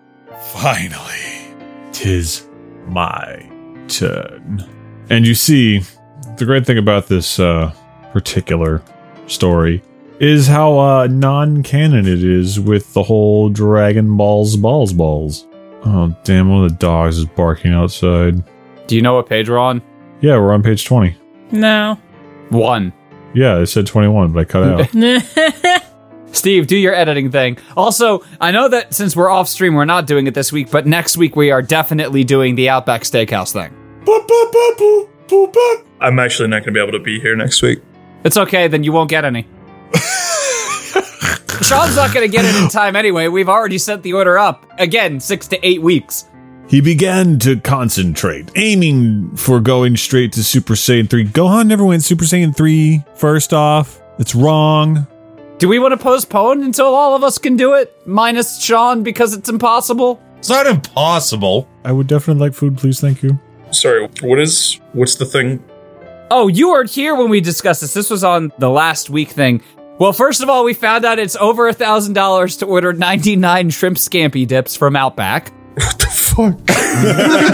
[SPEAKER 2] Finally, tis my turn. And you see, the great thing about this uh, particular story is how uh, non canon it is with the whole Dragon Balls, Balls, Balls. Oh, damn, one of the dogs is barking outside.
[SPEAKER 1] Do you know what page we're on?
[SPEAKER 2] Yeah, we're on page 20.
[SPEAKER 5] No. [LAUGHS]
[SPEAKER 1] One.
[SPEAKER 2] Yeah, it said 21, but I cut it out.
[SPEAKER 1] Steve, do your editing thing. Also, I know that since we're off stream, we're not doing it this week, but next week we are definitely doing the Outback Steakhouse thing.
[SPEAKER 3] I'm actually not going to be able to be here next week.
[SPEAKER 1] It's okay, then you won't get any. Sean's not going to get it in time anyway. We've already sent the order up. Again, six to eight weeks.
[SPEAKER 2] He began to concentrate, aiming for going straight to Super Saiyan 3. Gohan never went Super Saiyan 3 first off. It's wrong.
[SPEAKER 1] Do we want to postpone until all of us can do it? Minus Sean because it's impossible?
[SPEAKER 4] it's not impossible.
[SPEAKER 2] I would definitely like food, please. Thank you.
[SPEAKER 3] Sorry, what is what's the thing?
[SPEAKER 1] Oh, you weren't here when we discussed this. This was on the last week thing. Well, first of all, we found out it's over a thousand dollars to order ninety-nine shrimp scampi dips from Outback.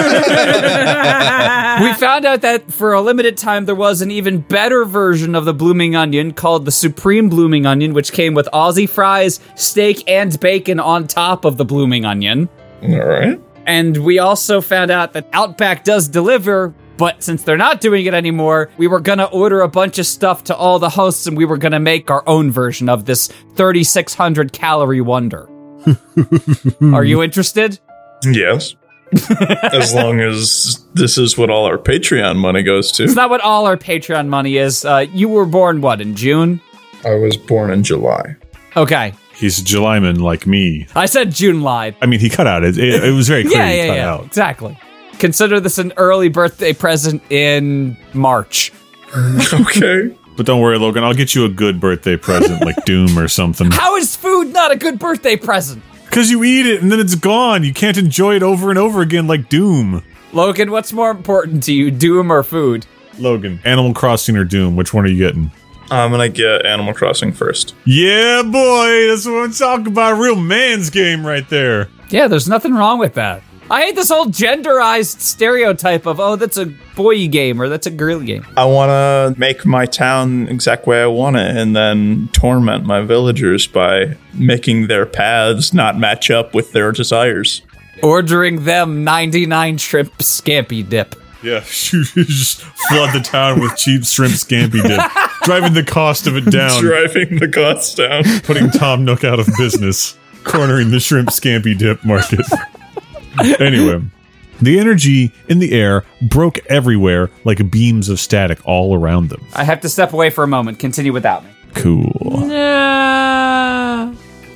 [SPEAKER 1] What the fuck? we found out that for a limited time there was an even better version of the blooming onion called the Supreme Blooming Onion, which came with Aussie fries, steak, and bacon on top of the blooming onion.
[SPEAKER 3] All right.
[SPEAKER 1] And we also found out that Outback does deliver, but since they're not doing it anymore, we were gonna order a bunch of stuff to all the hosts and we were gonna make our own version of this 3,600 calorie
[SPEAKER 2] [LAUGHS]
[SPEAKER 1] wonder. Are you interested?
[SPEAKER 3] Yes. [LAUGHS] as long as this is what all our Patreon money goes
[SPEAKER 1] It's
[SPEAKER 3] to.
[SPEAKER 1] not what all our Patreon money is. Uh, you were born, what, in June?
[SPEAKER 3] I was born in July.
[SPEAKER 1] Okay.
[SPEAKER 2] He's a Julyman like me.
[SPEAKER 1] I said June lied.
[SPEAKER 2] I mean, he cut out. It, it, it was very
[SPEAKER 1] [LAUGHS]
[SPEAKER 2] clear
[SPEAKER 1] Yeah,
[SPEAKER 2] he
[SPEAKER 1] yeah,
[SPEAKER 2] cut
[SPEAKER 1] yeah.
[SPEAKER 2] out.
[SPEAKER 1] Exactly. Consider this an early birthday present in March.
[SPEAKER 3] [LAUGHS] Okay.
[SPEAKER 2] But don't worry, Logan. I'll get you a good birthday
[SPEAKER 1] [LAUGHS]
[SPEAKER 2] present like Doom or something.
[SPEAKER 1] How is food not a good birthday present?
[SPEAKER 2] Because you eat it and then it's gone. You can't enjoy it over and over again like Doom.
[SPEAKER 1] Logan, what's more important to you, doom or food?
[SPEAKER 2] Logan. Animal Crossing or Doom? Which one are you getting?
[SPEAKER 3] I'm going to get Animal Crossing first.
[SPEAKER 2] Yeah, boy. That's what I'm talking about. A real man's game right there.
[SPEAKER 1] Yeah, there's nothing wrong with that. I hate this whole genderized stereotype of oh, that's a boy game or that's a girl game.
[SPEAKER 3] I want to make my town exact way I want it and then torment my villagers by making their paths not match up with their desires.
[SPEAKER 1] Ordering them 99 shrimp scampi dip.
[SPEAKER 2] Yeah, [LAUGHS] shoot, just flood the town with cheap shrimp
[SPEAKER 1] [LAUGHS]
[SPEAKER 2] scampi dip, driving the cost of it
[SPEAKER 3] Um,
[SPEAKER 2] down,
[SPEAKER 3] Driving the costs [LAUGHS] down.
[SPEAKER 2] putting Tom Nook out of business, cornering the shrimp scampi dip market. anyway, the energy in the air broke everywhere like beams of static all around them.
[SPEAKER 1] I have to step away for a moment. Continue without me.
[SPEAKER 2] Cool.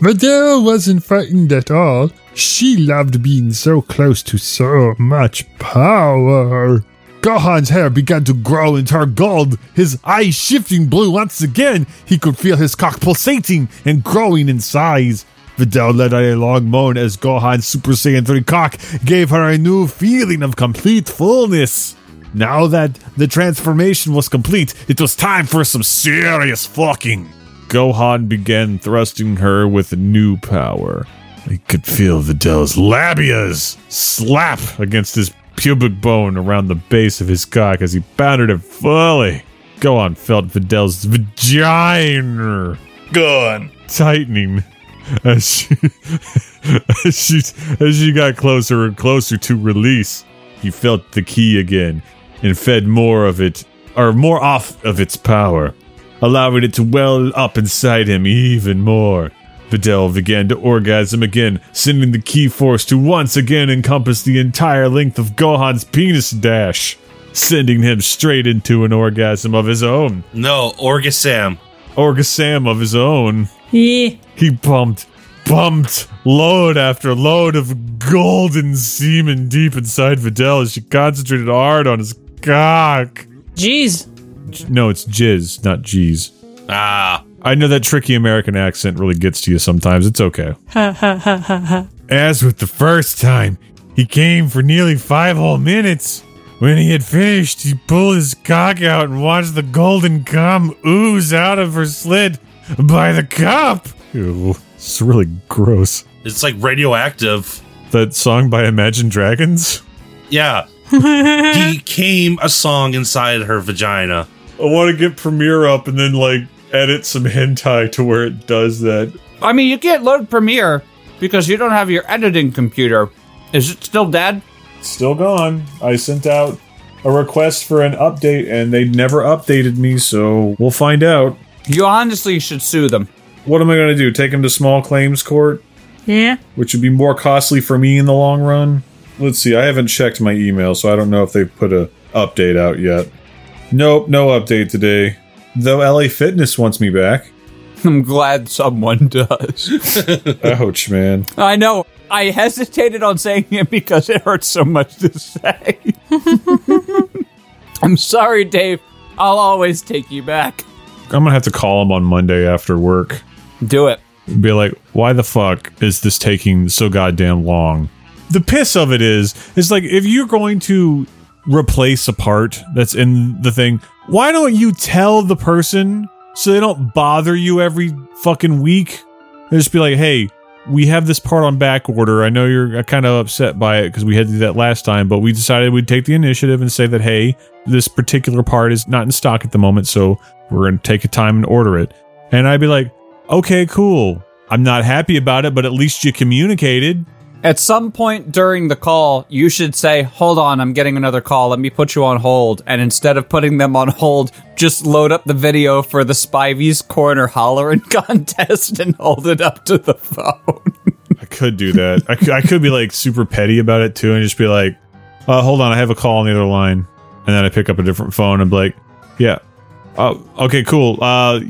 [SPEAKER 9] Madara wasn't frightened at all. She loved being so close to so much power. Gohan's hair began to grow and turn gold, his eyes shifting blue once again. He could feel his cock pulsating and growing in size. Videl let out a long moan as Gohan's Super Saiyan 3 cock gave her a new feeling of complete fullness. Now that the transformation was complete, it was time for some serious fucking.
[SPEAKER 2] Gohan began thrusting her with new power. I could feel Vidal's labias slap against his pubic bone around the base of his cock as he pounded it fully. Gohan felt Vidal's vagina
[SPEAKER 3] Gone.
[SPEAKER 2] tightening as she, [LAUGHS] as she as she got closer and closer to release. He felt the key again and fed more of it, or more off of its power, allowing it to well up inside him even more. Videl began to orgasm again, sending the key force to once again encompass the entire length of Gohan's penis dash, sending him straight into an orgasm of his own,
[SPEAKER 4] No, Orgasam.
[SPEAKER 2] orgasm of his own.
[SPEAKER 5] Yeah.
[SPEAKER 2] He pumped, pumped load after load of golden semen deep inside Videl as she concentrated hard on his cock.
[SPEAKER 5] Jeez.
[SPEAKER 2] J- No, it's jizz, not jeez.
[SPEAKER 4] Ah,
[SPEAKER 2] I know that tricky American accent really gets to you sometimes. It's okay.
[SPEAKER 5] Ha ha ha ha ha.
[SPEAKER 2] As with the first time, he came for nearly five whole minutes. When he had finished, he pulled his cock out and watched the golden cum ooze out of her slit by the cup. Ew, it's really gross.
[SPEAKER 4] it's like radioactive.
[SPEAKER 2] that song by Imagine Dragons?
[SPEAKER 4] [LAUGHS] Yeah. he came a song inside her vagina.
[SPEAKER 2] I want to get Premiere up and then like edit some hentai to where it does that.
[SPEAKER 1] I mean, you can't load Premiere because you don't have your editing computer. Is it still dead?
[SPEAKER 2] Still gone. I sent out a request for an update and they never updated me, so we'll find out.
[SPEAKER 1] You honestly should sue them. [LAUGHS]
[SPEAKER 2] What am I going to do? Take him to small claims court,
[SPEAKER 5] Yeah.
[SPEAKER 2] which would be more costly for me in the long run? Let's see. I haven't checked my email, so I don't know if they've put a update out yet. Nope, no update today. Though LA Fitness wants me back. [LAUGHS]
[SPEAKER 1] I'm glad someone does.
[SPEAKER 2] Ouch, man.
[SPEAKER 1] I know. I hesitated on saying it because it hurts so much to say. [LAUGHS] I'm sorry, Dave. I'll always take you back.
[SPEAKER 2] I'm gonna have to call him on Monday after work.
[SPEAKER 1] Do it.
[SPEAKER 2] Be like, why the fuck is this taking so goddamn long? The piss of it is, is like if you're going to replace a part that's in the thing, why don't you tell the person so they don't bother you every fucking week? They just be like, hey, we have this part on back order. I know you're kind of upset by it because we had to do that last time, but we decided we'd take the initiative and say that, hey, this particular part is not in stock at the moment, so we're going to take a time and order it. And I'd be like, okay, cool. I'm not happy about it, but at least you communicated.
[SPEAKER 1] At some point during the call, you should say, Hold on, I'm getting another call. Let me put you on hold. And instead of putting them on hold, just load up the video for the Spivey's Corner Hollering [LAUGHS] contest and hold it up to the phone.
[SPEAKER 2] I could do that. I, could, I could be like super petty about it too and just be like, uh, hold on, I have a call on the other line. And then I pick up a different phone and be like, yeah. Oh, okay, cool. Uh,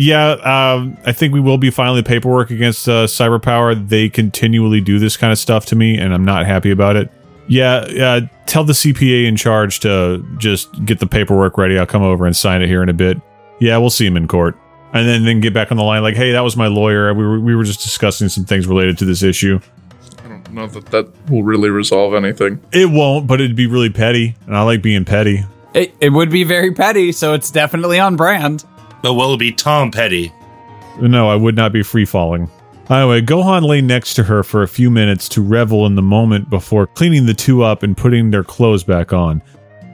[SPEAKER 2] yeah, um, I think we will be filing the paperwork against uh, Cyberpower. They continually do this kind of stuff to me, and I'm not happy about it. Yeah, uh, tell the CPA in charge to just get the paperwork ready. I'll come over and sign it here in a bit. Yeah, we'll see him in court. And then, then get back on the line like, hey, that was my lawyer. We were, we were just discussing some things related to this issue.
[SPEAKER 3] I don't know that that will really resolve anything.
[SPEAKER 2] It won't, but it'd be really petty. And I like being petty.
[SPEAKER 1] It, it would be very petty, so it's definitely on brand.
[SPEAKER 4] But will it be Tom Petty?
[SPEAKER 2] No, I would not be free falling. Anyway, Gohan lay next to her for a few minutes to revel in the moment before cleaning the two up and putting their clothes back on.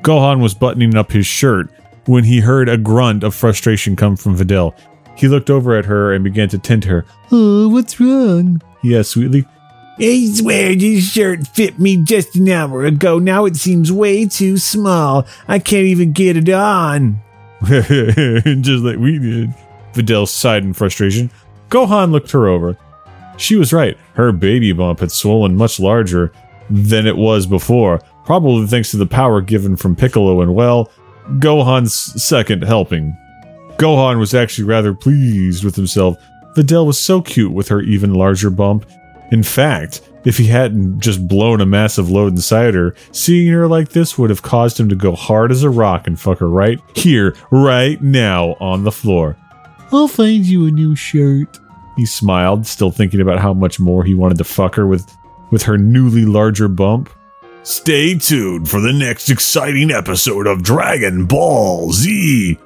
[SPEAKER 2] Gohan was buttoning up his shirt when he heard a grunt of frustration come from Videl. He looked over at her and began to tend to her. Oh, what's wrong? He asked sweetly.
[SPEAKER 10] I swear this shirt fit me just an hour ago. Now it seems way too small. I can't even get it on.
[SPEAKER 2] [LAUGHS] just like we did. Videl sighed in frustration. Gohan looked her over. She was right. Her baby bump had swollen much larger than it was before, probably thanks to the power given from Piccolo and, well, Gohan's second helping. Gohan was actually rather pleased with himself. Videl was so cute with her even larger bump. In fact, if he hadn't just blown a massive load inside her, seeing her like this would have caused him to go hard as a rock and fuck her right here, right now, on the floor.
[SPEAKER 10] I'll find you a new shirt.
[SPEAKER 2] He smiled, still thinking about how much more he wanted to fuck her with, with her newly larger bump.
[SPEAKER 6] Stay tuned for the next exciting episode of Dragon Ball Z.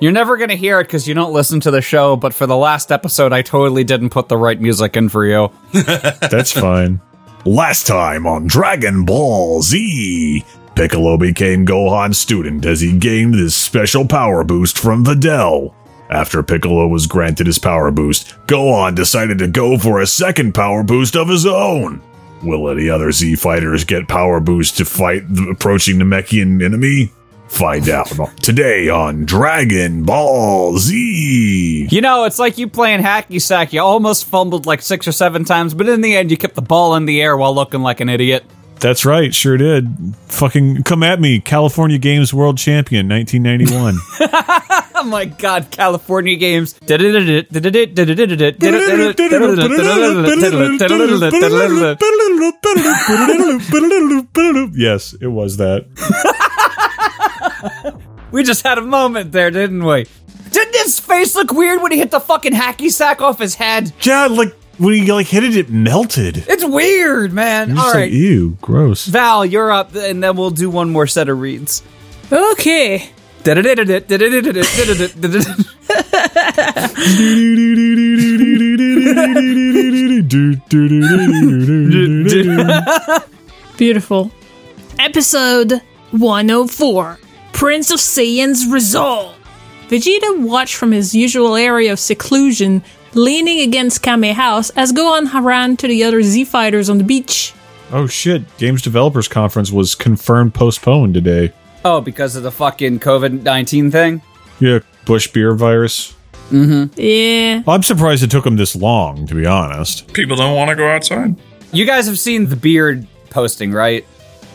[SPEAKER 1] You're never going to hear it because you don't listen to the show, but for the last episode, I totally didn't put the right music in for you.
[SPEAKER 2] That's fine.
[SPEAKER 6] Last time on Dragon Ball Z, Piccolo became Gohan's student as he gained this special power boost from Videl. After Piccolo was granted his power boost, Gohan decided to go for a second power boost of his own. Will any other Z fighters get power boost to fight the approaching Namekian enemy? Find out [LAUGHS] today on Dragon Ball Z.
[SPEAKER 1] You know, it's like you playing hacky sack. You almost fumbled like six or seven times, but in the end, you kept the ball in the air while looking like an idiot.
[SPEAKER 2] That's right, sure did. Fucking come at me, California Games World Champion 1991.
[SPEAKER 1] Oh my god, California games. That's
[SPEAKER 2] yes, it was that.
[SPEAKER 1] We just had a moment there, didn't we? Didn't his face look weird when he hit the fucking hacky sack off his head?
[SPEAKER 2] Yeah, like when he like hit it, it melted.
[SPEAKER 1] It's weird, man. All
[SPEAKER 2] Just like,
[SPEAKER 1] right.
[SPEAKER 2] ew, gross.
[SPEAKER 1] Val, you're up, and then we'll do one more set of reads. [LAUGHS]
[SPEAKER 5] Okay.
[SPEAKER 1] That's
[SPEAKER 5] Beautiful. Episode 104 Prince of Saiyan's Resolve. Vegeta watched from his usual area of seclusion, leaning against Kame House as Gohan harangued to the other Z fighters on the beach.
[SPEAKER 2] [LAUGHS] Oh shit, Games Developers Conference was confirmed postponed today.
[SPEAKER 1] Oh, because of the fucking COVID 19 thing?
[SPEAKER 2] Yeah, Bush beer virus.
[SPEAKER 5] Yeah.
[SPEAKER 2] I'm surprised it took him this long, to be honest.
[SPEAKER 3] People don't want to go outside.
[SPEAKER 1] You guys have seen the beard posting, right?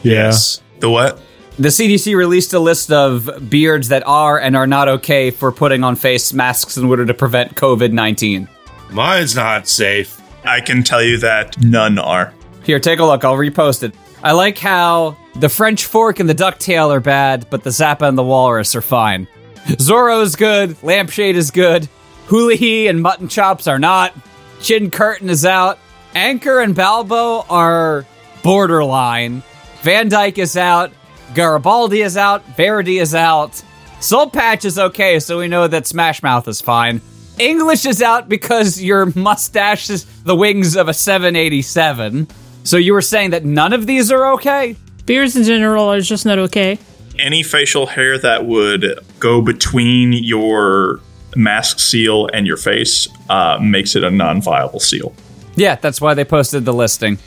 [SPEAKER 2] Yes.
[SPEAKER 3] The what?
[SPEAKER 1] The CDC released a list of beards that are and are not okay for putting on face masks in order to prevent COVID 19.
[SPEAKER 4] Mine's not safe.
[SPEAKER 3] I can tell you that none are.
[SPEAKER 1] Here, take a look. I'll repost it. I like how the French fork and the ducktail are bad, but the Zappa and the walrus are fine. Zorro's good. Lampshade is good. Hulahi and mutton chops are not. Chin curtain is out. Anchor and Balbo are borderline. Van Dyke is out. Garibaldi is out. Verity is out. Soul Patch is okay, so we know that Smash Mouth is fine. English is out because your mustache is the wings of a 787. So you were saying that none of these are okay?
[SPEAKER 5] Beards in general are just not okay.
[SPEAKER 3] Any facial hair that would go between your mask seal and your face uh, makes it a non viable seal.
[SPEAKER 1] Yeah, that's why they posted the listing.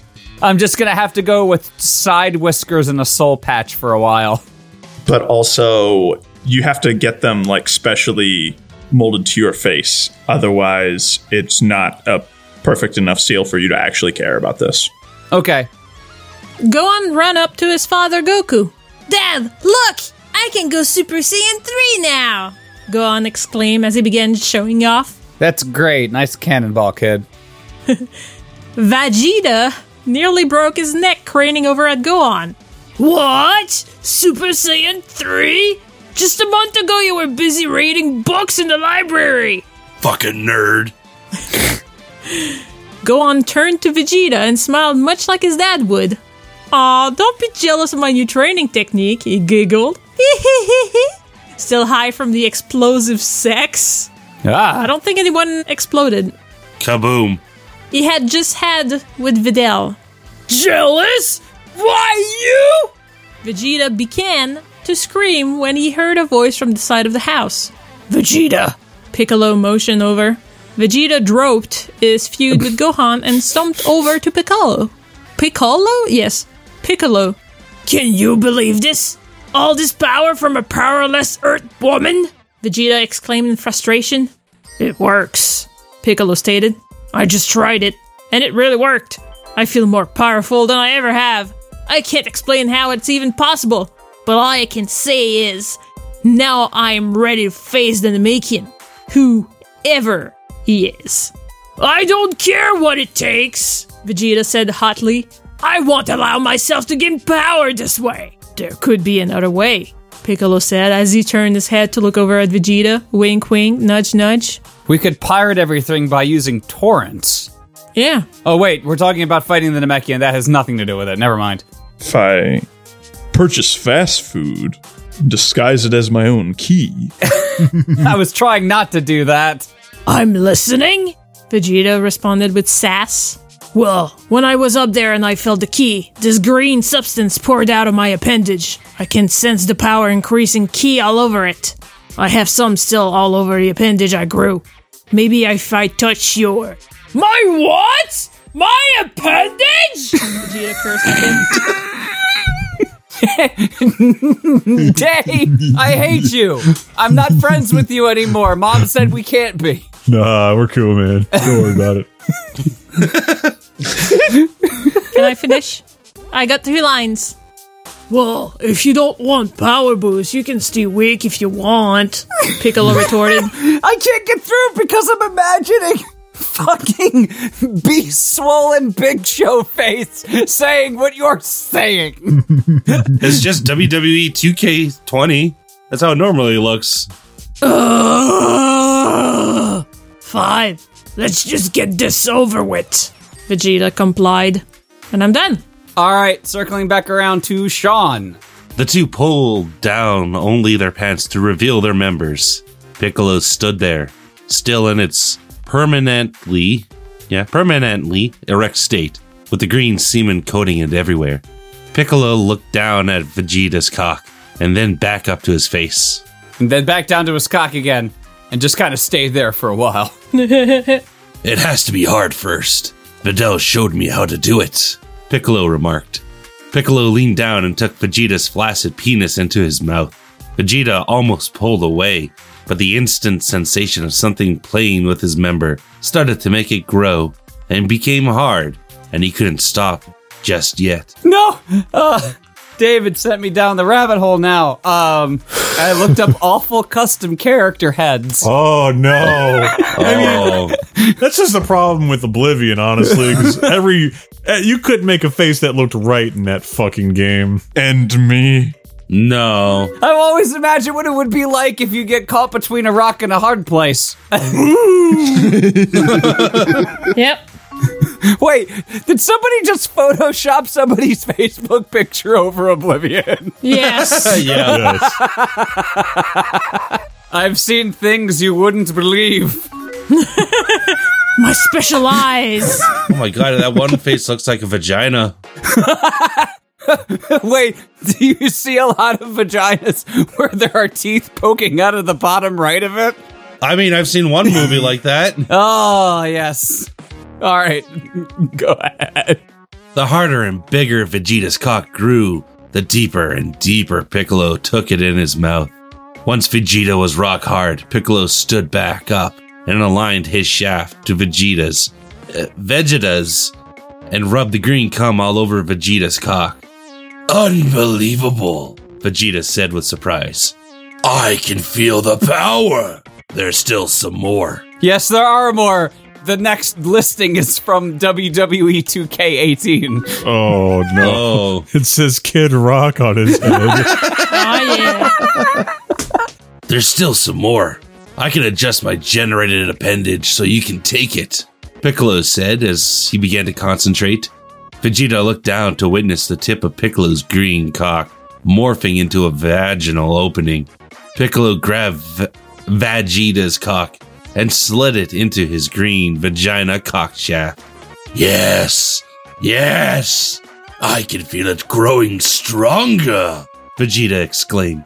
[SPEAKER 1] I'm just gonna have to go with side whiskers and a soul patch for a while. [LAUGHS]
[SPEAKER 3] But also, you have to get them like specially molded to your face. Otherwise, it's not a perfect enough seal for you to actually care about this.
[SPEAKER 1] Okay.
[SPEAKER 5] Gohan ran up to his father Goku. Dad, look! I can go Super Saiyan 3 now! Gohan exclaimed as he began showing off.
[SPEAKER 1] That's great. Nice cannonball, kid.
[SPEAKER 5] Vegeta nearly broke his neck craning over at Gohan. What? Super Saiyan 3? Just a month ago you were busy reading books in the library!
[SPEAKER 4] Fucking nerd.
[SPEAKER 5] Gohan turned to Vegeta and smiled much like his dad would. Aw, don't be jealous of my new training technique, he giggled. [LAUGHS] Still high from the explosive sex. I
[SPEAKER 1] Ah,
[SPEAKER 5] don't think anyone exploded.
[SPEAKER 4] Kaboom.
[SPEAKER 5] He had just had with Videl. Jealous? Why you? Vegeta began to scream when he heard a voice from the side of the house. Vegeta! Piccolo motioned over. Vegeta dropped his feud with Gohan and stomped over to Piccolo. Piccolo? Yes, Piccolo. Can you believe this? All this power from a powerless Earth woman? Vegeta exclaimed in frustration. It works, Piccolo stated. I just tried it, and it really worked. I feel more powerful than I ever have. I can't explain how it's even possible, but all I can say is now I am ready to face the Namekian, whoever he is. I don't care what it takes, Vegeta said hotly. I won't allow myself to gain power this way. There could be another way, Piccolo said as he turned his head to look over at Vegeta. Wink, wink, nudge, nudge.
[SPEAKER 1] we could pirate everything by using torrents.
[SPEAKER 5] Yeah,
[SPEAKER 1] Oh wait, we're talking about fighting the Namekian. That has nothing to do with it. Never mind. [LAUGHS]
[SPEAKER 3] If I purchase fast food, disguise it as my own key,
[SPEAKER 1] I was trying not to do that.
[SPEAKER 5] I'm listening, Vegeta responded with sass. Well, when I was up there and I felt the key, this green substance poured out of my appendage. I can sense the power increasing key all over it. I have some still all over the appendage I grew. Maybe if I touch your. My what? My appendage? Vegeta cursed at him.
[SPEAKER 1] Day, I hate you. I'm not friends with you anymore. Mom said we can't be.
[SPEAKER 6] Nah, we're cool, man. Don't worry
[SPEAKER 11] [LAUGHS]
[SPEAKER 6] about it.
[SPEAKER 5] Can I finish? I got three lines. Well, if you don't want power boost, you can stay weak if you want. Piccolo retorted.
[SPEAKER 1] I can't get through because I'm imagining [LAUGHS] fucking beast swollen big show face saying what you're saying.
[SPEAKER 4] It's just [LAUGHS] E WWE 2K20. That's how it normally looks.
[SPEAKER 5] Ugh. Fine, let's just get this over with. Vegeta complied, and I'm done.
[SPEAKER 1] All right, circling back around to Sean.
[SPEAKER 4] The two pulled down only their pants to reveal their members. Piccolo stood there, still in its permanently, yeah, permanently erect state, with the green semen coating it everywhere. Piccolo looked down at Vegeta's cock and then back up to his face.
[SPEAKER 1] And then back down to his cock again and just kind of stayed there for a while. [LAUGHS]
[SPEAKER 4] It has to be hard first. Videl showed me how to do it, Piccolo remarked. Piccolo leaned down and took Vegeta's flaccid penis into his mouth. Vegeta almost pulled away, but the instant sensation of something playing with his member started to make it grow and became hard, and he couldn't stop just yet.
[SPEAKER 1] No! Uh, David sent me down the rabbit hole now. Um, I looked up awful custom character heads.
[SPEAKER 6] Oh [LAUGHS] no.
[SPEAKER 4] Oh,
[SPEAKER 6] That's just the problem with Oblivion, honestly.
[SPEAKER 11] [LAUGHS]
[SPEAKER 6] 'cause every eh, you couldn't make a face that looked right in that fucking game.
[SPEAKER 3] and me.
[SPEAKER 4] no.
[SPEAKER 1] I've always imagined what it would be like if you get caught between a rock and a hard place.
[SPEAKER 5] Yep.
[SPEAKER 1] Wait, did somebody just Photoshop somebody's [LAUGHS] Facebook picture over Oblivion? [LAUGHS]
[SPEAKER 2] [LAUGHS]
[SPEAKER 5] Yes.
[SPEAKER 6] Yes.
[SPEAKER 1] I've seen things you wouldn't believe. [LAUGHS]
[SPEAKER 5] My special eyes.
[SPEAKER 4] Oh my god, that one face looks like a vagina.
[SPEAKER 1] Wait, do you see a lot of vaginas [LAUGHS] where there are teeth poking out of the bottom right of it?
[SPEAKER 4] I mean, I've seen one movie like that.
[SPEAKER 1] Oh, yes. All right, [LAUGHS] go ahead.
[SPEAKER 4] The harder and bigger Vegeta's cock grew, the deeper and deeper Piccolo took it in his mouth. Once Vegeta was rock hard, Piccolo stood back up and aligned his shaft to Vegeta's, uh, Vegeta's, and rubbed the green cum all over Vegeta's cock. Unbelievable, Vegeta said with surprise. I can feel the power. There's still some more.
[SPEAKER 1] Yes, there are more. The next listing is from E WWE 2K18.
[SPEAKER 6] oh no.
[SPEAKER 4] Oh.
[SPEAKER 6] It says Kid Rock on
[SPEAKER 11] [LAUGHS]
[SPEAKER 6] his head.
[SPEAKER 5] oh, yeah.
[SPEAKER 4] There's still some more. I can adjust my generated appendage so you can take it, Piccolo said as he began to concentrate. Vegeta looked down to witness the tip of Piccolo's green cock morphing into a vaginal opening. Piccolo grabbed v- Vegeta's cock and slid it into his green vagina cock shaft. Yes, yes, I can feel it growing stronger, Vegeta exclaimed.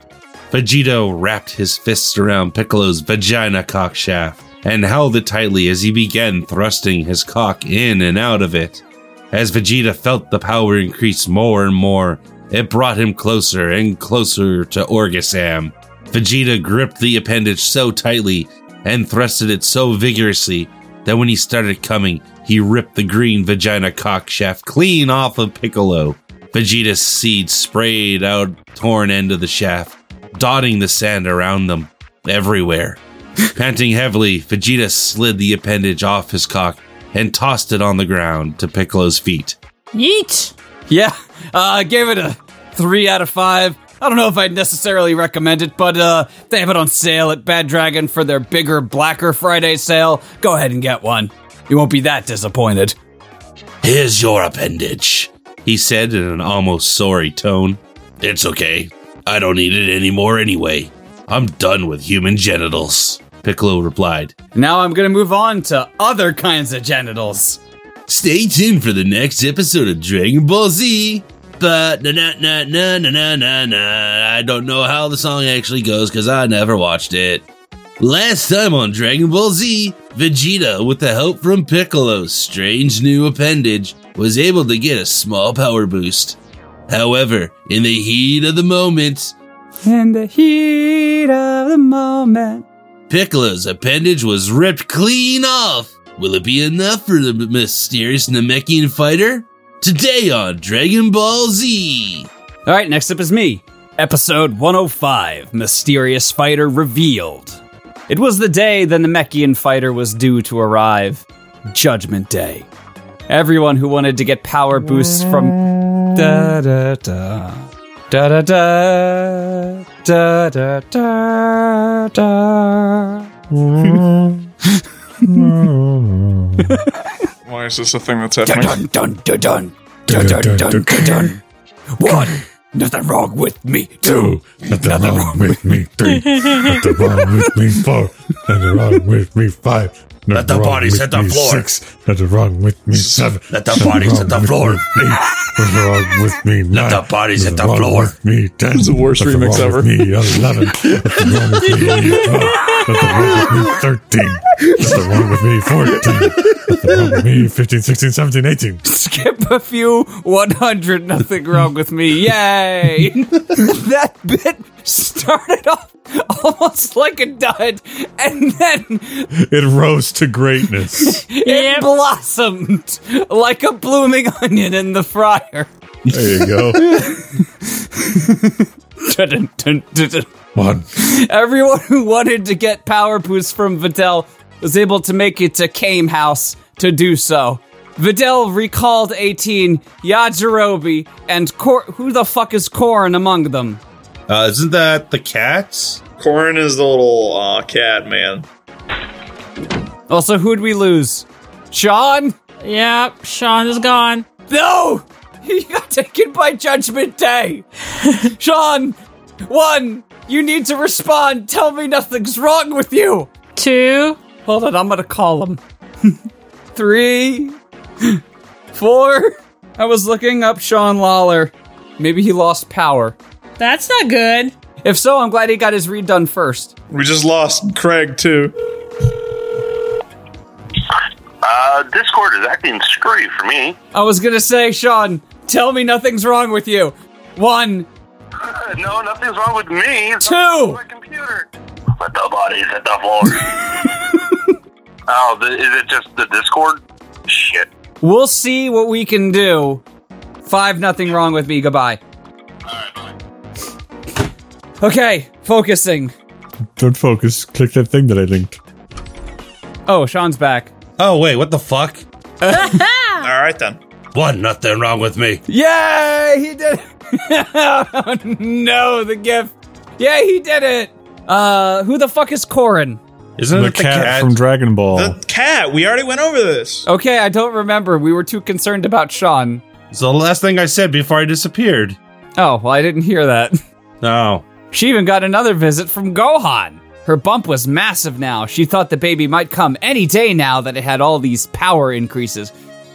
[SPEAKER 4] Vegito wrapped his fists around Piccolo's vagina cock shaft and held it tightly as he began thrusting his cock in and out of it. As Vegeta felt the power increase more and more, it brought him closer and closer to Orgasam. Vegeta gripped the appendage so tightly and thrusted it so vigorously that when he started coming, he ripped the green vagina cock shaft clean off of Piccolo. Vegeta's seed sprayed out torn end of the shaft, dotting the sand around them everywhere. Panting heavily, Vegeta slid the appendage off his cock and tossed it on the ground to Piccolo's feet.
[SPEAKER 5] Yeet!
[SPEAKER 1] Yeah, uh, I gave it a three out of five. I don't know if I'd necessarily recommend it, but uh, they have it on sale at Bad Dragon for their bigger, blacker Friday sale. Go ahead and get one. You won't be that disappointed.
[SPEAKER 4] Here's your appendage, he said in an almost sorry tone. It's okay. I don't need it anymore anyway. I'm done with human genitals, Piccolo replied.
[SPEAKER 1] Now I'm gonna move on to other kinds of genitals.
[SPEAKER 4] Stay tuned for the next episode of Dragon Ball Z. But na na na na na na na na. I don't know how the song actually goes because I never watched it. Last time on Dragon Ball Z, Vegeta, with the help from Piccolo's strange new appendage, was able to get a small power boost. However, in the heat of the moment,
[SPEAKER 1] In the heat of the moment.
[SPEAKER 4] Piccolo's appendage was ripped clean off. Will it be enough for the mysterious Namekian fighter? Today on Dragon Ball Z.
[SPEAKER 1] All right, next up is me. Episode 105 Mysterious Fighter Revealed. It was the day the Namekian fighter was due to arrive Judgment Day. Everyone who wanted to get power boosts from. Da da da. Da da da. Da da da da.
[SPEAKER 3] Why is this a thing that's happening?
[SPEAKER 1] dun dun dun dun dun dun dun dun. One, nothing wrong with me. Two,
[SPEAKER 9] Nothing wrong, with me. Three. Nothing wrong with me. Four. Nothing wrong with me. Five.
[SPEAKER 4] Let the
[SPEAKER 9] nothing wrong
[SPEAKER 4] bodies
[SPEAKER 9] with
[SPEAKER 4] hit the
[SPEAKER 9] me.
[SPEAKER 4] floor.
[SPEAKER 9] Six. Nothing wrong with me. Seven.
[SPEAKER 4] Let the
[SPEAKER 9] nothing
[SPEAKER 4] bodies
[SPEAKER 9] wrong
[SPEAKER 4] hit the
[SPEAKER 9] with
[SPEAKER 4] floor.
[SPEAKER 9] me. Eight. Nothing wrong with me.
[SPEAKER 4] Let the
[SPEAKER 9] Nine.
[SPEAKER 4] bodies hit the
[SPEAKER 9] Nothing wrong
[SPEAKER 4] floor.
[SPEAKER 9] with Me. Ten.
[SPEAKER 3] It's the worst
[SPEAKER 9] nothing
[SPEAKER 3] remix
[SPEAKER 9] wrong
[SPEAKER 3] ever.
[SPEAKER 9] with Me. Eleven. Nothing wrong with me. Twelve. Nothing wrong with me. Thirteen. Nothing wrong with me. Fourteen. Nothing wrong with me. Fifteen. Sixteen. Seventeen. Eighteen.
[SPEAKER 1] skip a few 100 nothing wrong with me yay [LAUGHS] that bit started off almost like a dud and then
[SPEAKER 6] It rose to greatness.
[SPEAKER 1] it blossomed like a blooming onion in the fryer [LAUGHS]
[SPEAKER 6] There you go.
[SPEAKER 1] Dun, dun, dun, dun.
[SPEAKER 6] One.
[SPEAKER 1] everyone who wanted to get power boosts from Videl was able to make it to Kame House to do so. Videl recalled 18, Yajirobe, and Cor- who the fuck is Korn among them?
[SPEAKER 4] Uh, isn't that the cats?
[SPEAKER 3] [LAUGHS] Corn is the little uh, cat man.
[SPEAKER 1] Also, who'd we lose? Sean?
[SPEAKER 5] Yep, Sean is gone.
[SPEAKER 1] No! [LAUGHS] He got taken by Judgment Day! Sean! One! You need to respond! Tell me nothing's wrong with you!
[SPEAKER 5] Two.
[SPEAKER 1] Hold on, I'm gonna call him. [LAUGHS] Three. [GASPS] Four. I was looking up Sean Lawler. Maybe he lost power.
[SPEAKER 5] That's not good.
[SPEAKER 1] If so, I'm glad he got his redone first.
[SPEAKER 3] We just lost Craig too.
[SPEAKER 12] Uh, Discord is acting screwy for me.
[SPEAKER 1] I was gonna say, Sean, tell me nothing's wrong with you. One,
[SPEAKER 12] Uh, [LAUGHS] No, nothing's wrong with me. It's
[SPEAKER 1] Two.
[SPEAKER 12] not My computer. Let the bodies hit the floor. oh, the, is it just the Discord? Shit.
[SPEAKER 1] we'll see what we can do. Five, nothing wrong with me. Goodbye. Okay, focusing.
[SPEAKER 6] Don't focus. Click that thing that I linked.
[SPEAKER 1] Oh, Sean's back.
[SPEAKER 4] Oh, wait, what the fuck?
[SPEAKER 3] All right then.
[SPEAKER 4] One, nothing wrong with me.
[SPEAKER 1] Yay, he did it! [LAUGHS] oh, no, the gift. Yay, he did it. Uh, who the fuck is Corin?
[SPEAKER 4] Isn't
[SPEAKER 6] the,
[SPEAKER 4] it the
[SPEAKER 6] cat,
[SPEAKER 4] cat?
[SPEAKER 6] from Dragon Ball.
[SPEAKER 3] The cat. We already went over this.
[SPEAKER 1] Okay, I don't remember. We were too concerned about Sean.
[SPEAKER 4] it's the last thing I said before I disappeared.
[SPEAKER 1] Oh, well, I didn't hear that.
[SPEAKER 4] No.
[SPEAKER 1] She even got another visit from Gohan. Her bump was massive now. She thought the baby might come any day now that it had all these power increases.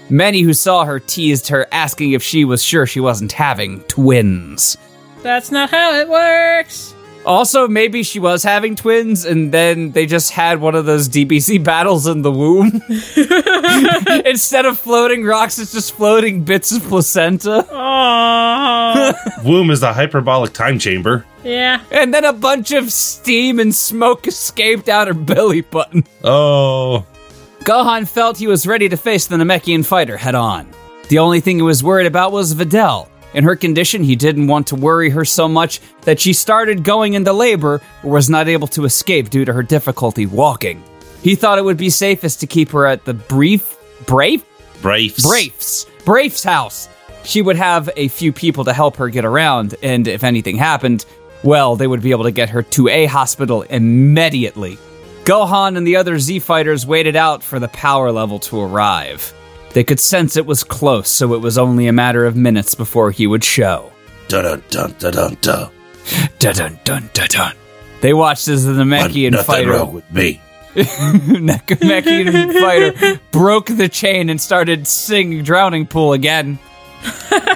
[SPEAKER 1] Many who saw her teased her, asking if she was sure she wasn't having twins.
[SPEAKER 5] That's not how it works.
[SPEAKER 1] Also, maybe she was having twins, and then they just had one of those DBC [LAUGHS] battles in the womb. Instead of floating rocks, it's just floating bits of placenta.
[SPEAKER 5] Aww.
[SPEAKER 4] Womb is the hyperbolic time chamber.
[SPEAKER 5] yeah.
[SPEAKER 1] And then a bunch of steam and smoke escaped out her belly button.
[SPEAKER 4] Oh.
[SPEAKER 1] Gohan felt he was ready to face the Namekian fighter head on. The only thing he was worried about was Videl. In her condition, he didn't want to worry her so much that she started going into labor or was not able to escape due to her difficulty walking. He thought it would be safest to keep her at the brief, brave,
[SPEAKER 4] Braves.
[SPEAKER 1] Brafe's. Brafe's house. She would have a few people to help her get around, and if anything happened, well, they would be able to get her to a hospital immediately. Gohan and the other Z fighters waited out for the power level to arrive. They could sense it was close, so it was only a matter of minutes before he would show.
[SPEAKER 4] Dun dun dun dun dun dun.
[SPEAKER 1] Dun dun dun dun dun. They watched as the Namekian
[SPEAKER 4] Nothing
[SPEAKER 1] fighter
[SPEAKER 4] wrong with me.
[SPEAKER 1] Namekian fighter broke the chain and started singing Drowning Pool again.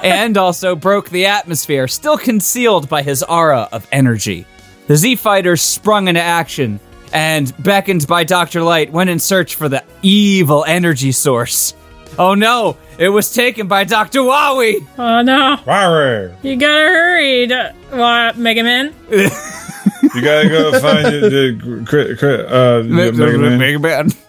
[SPEAKER 1] and also broke the atmosphere, still concealed by his aura of energy. The Z fighter sprung into action and, beckoned by Dr. Light, went in search for the evil energy source. Oh no, it was taken by Dr. Wawi!
[SPEAKER 5] Oh no.
[SPEAKER 11] Rawr.
[SPEAKER 5] You gotta hurry. To, what, Mega Man?
[SPEAKER 11] You gotta go find the, the, cri- cri- uh, the Mega Man.
[SPEAKER 1] [LAUGHS]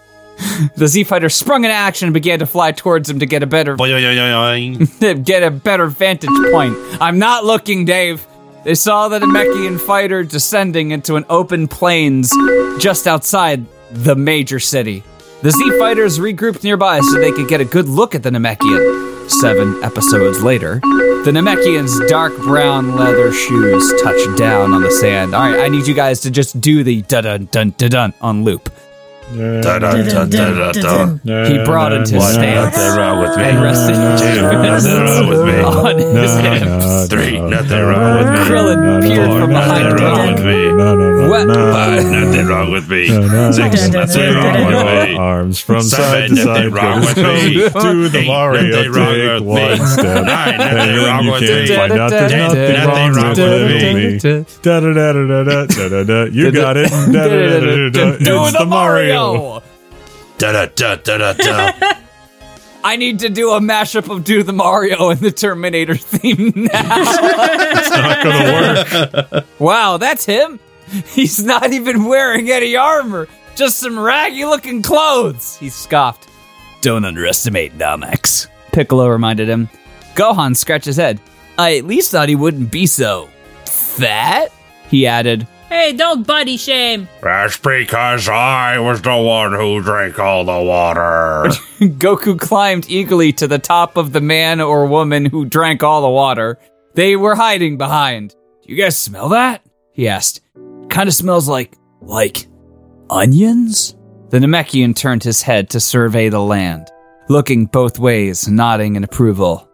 [SPEAKER 1] The Z fighter sprung into action and began to fly towards him to get a better to get a better vantage point. I'm not looking, Dave. They saw the Namekian fighter descending into an open plains just outside the major city. The Z fighters regrouped nearby so they could get a good look at the Namekian. Seven episodes later, the Namekian's dark brown leather shoes touched down on the sand. All right, I need you guys to just do the dun dun dun dun dun on loop.
[SPEAKER 4] Dun-dun-dun-dun-dun.
[SPEAKER 1] He broadened his
[SPEAKER 4] Why
[SPEAKER 1] stance.
[SPEAKER 4] Nothing wrong with me.
[SPEAKER 1] And rested
[SPEAKER 4] Two. Nothing wrong with me.
[SPEAKER 1] on his hips.
[SPEAKER 4] Three. Nothing wrong with me.
[SPEAKER 1] Krillin peered from behind
[SPEAKER 4] Nothing wrong with me.
[SPEAKER 1] What?
[SPEAKER 4] Five. Nothing wrong with me.
[SPEAKER 5] [LAUGHS]
[SPEAKER 1] [LAUGHS]
[SPEAKER 4] Six. Nothing wrong with me.
[SPEAKER 6] Arms from side
[SPEAKER 4] Seven.
[SPEAKER 6] to
[SPEAKER 4] Nothing
[SPEAKER 6] side.
[SPEAKER 4] wrong
[SPEAKER 6] goes
[SPEAKER 4] with me.
[SPEAKER 6] To the
[SPEAKER 4] Eight.
[SPEAKER 6] Mario,
[SPEAKER 4] Nothing wrong
[SPEAKER 6] take
[SPEAKER 4] with me. [LAUGHS]
[SPEAKER 6] one step.
[SPEAKER 4] Nine.
[SPEAKER 6] and
[SPEAKER 4] Nothing
[SPEAKER 6] then
[SPEAKER 4] wrong
[SPEAKER 6] you
[SPEAKER 4] with
[SPEAKER 6] can't
[SPEAKER 4] me.
[SPEAKER 6] find out there's
[SPEAKER 4] Nothing
[SPEAKER 6] nothing
[SPEAKER 4] wrong
[SPEAKER 6] wrong
[SPEAKER 4] with
[SPEAKER 6] with me. Da-da-da-da-da-da, da-da-da. You got it.
[SPEAKER 1] Do
[SPEAKER 6] Da-da-da-da-da. It's
[SPEAKER 1] the
[SPEAKER 6] the Mario.
[SPEAKER 1] Mario.
[SPEAKER 4] Da da da da da da.
[SPEAKER 1] I need to do a mashup of Do the Mario and the Terminator theme
[SPEAKER 6] [LAUGHS]
[SPEAKER 1] now. it's
[SPEAKER 6] not gonna
[SPEAKER 1] work. Wow, that's him? He's not even wearing any armor, just some raggy looking clothes. He scoffed. Don't underestimate Namex, Piccolo reminded him. Gohan scratched his head. I at least thought he wouldn't be so fat, he added.
[SPEAKER 5] Hey, don't buddy shame.
[SPEAKER 4] That's because I was the one who drank all the water.
[SPEAKER 1] [LAUGHS] Goku climbed eagerly to the top of the man or woman who drank all the water they were hiding behind. Do you guys smell that? He asked. Kind of smells like, like, onions? The Namekian turned his head to survey the land, looking both ways, nodding in approval.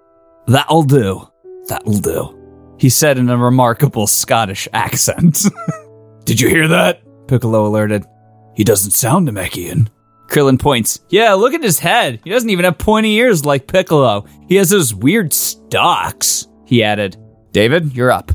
[SPEAKER 1] That'll do. That'll do. He said in a remarkable Scottish accent. [LAUGHS] Did you hear that? Piccolo alerted. He doesn't sound Namekian. Krillin points. Yeah, look at his head. He doesn't even have pointy ears like Piccolo. He has those weird stalks, he added. David, you're up.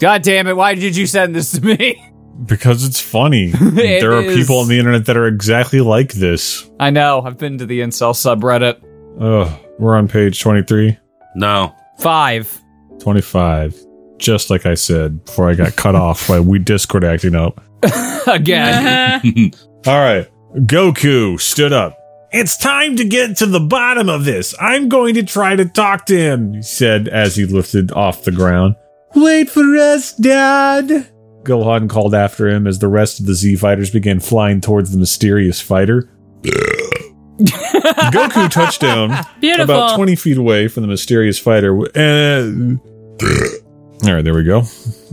[SPEAKER 1] God damn it, why did you send this to me?
[SPEAKER 6] Because it's funny. there are
[SPEAKER 1] is.
[SPEAKER 6] people on the internet that are exactly like this.
[SPEAKER 1] [LAUGHS] I know, I've been to the incel subreddit.
[SPEAKER 6] Ugh, we're on page 23,
[SPEAKER 4] No.
[SPEAKER 1] Five. [LAUGHS]
[SPEAKER 6] 25. Just like I said before I got cut off by we Discord acting up.
[SPEAKER 1] [LAUGHS]
[SPEAKER 5] Uh-huh.
[SPEAKER 1] Again.
[SPEAKER 6] All right. Goku stood up.
[SPEAKER 10] It's time to get to the bottom of this. I'm going to try to talk to him.
[SPEAKER 6] He said as he lifted off the ground.
[SPEAKER 10] Wait for us, Dad.
[SPEAKER 6] Gohan called after him as the rest of the Z fighters began flying towards the mysterious fighter. Goku touched down
[SPEAKER 5] Beautiful.
[SPEAKER 6] about 20 feet away from the mysterious fighter. w- And, all right, there we go.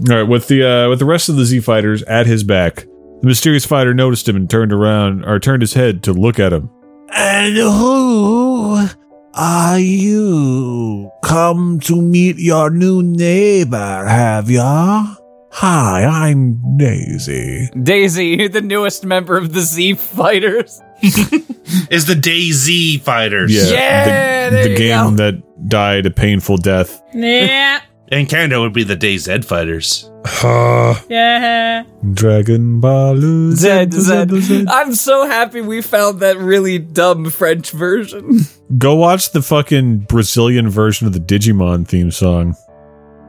[SPEAKER 6] All right, with the uh, with the rest of the Z fighters at his back, the mysterious fighter noticed him and turned around or turned his head to look at him.
[SPEAKER 10] And who Are you come to meet your new neighbor, have ya? Hi, I'm Daisy.
[SPEAKER 1] Daisy, you're the newest member of the Z [LAUGHS] Fighters.
[SPEAKER 4] Is the Daisy Fighters?
[SPEAKER 2] Yeah, the, the
[SPEAKER 1] you
[SPEAKER 2] game that died a painful death.
[SPEAKER 5] Yeah.
[SPEAKER 4] And Canada would be the Day Z Fighters.
[SPEAKER 5] Yeah.
[SPEAKER 2] Dragon Ball
[SPEAKER 1] Zed, Zed. I'm so happy we found that really dumb French version.
[SPEAKER 2] Go watch the fucking Brazilian version of the Digimon theme song.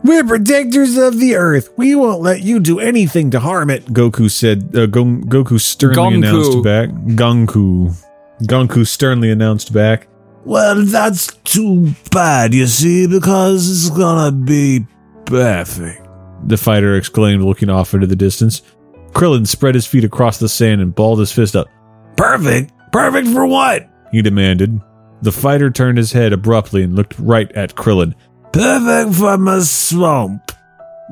[SPEAKER 10] We're protectors of the earth. We won't let you do anything to harm it.
[SPEAKER 2] Goku said. Uh, Gon- Goku sternly
[SPEAKER 10] Gonku.
[SPEAKER 2] announced back. Gonku. Gonku sternly announced back.
[SPEAKER 10] Well, that's too bad, you see, because it's gonna be perfect.
[SPEAKER 2] The fighter exclaimed, looking off into the distance. Krillin spread his feet across the sand and balled his fist up.
[SPEAKER 10] Perfect? Perfect for what?
[SPEAKER 2] He demanded. The fighter turned his head abruptly and looked right at Krillin.
[SPEAKER 10] Perfect for my swamp.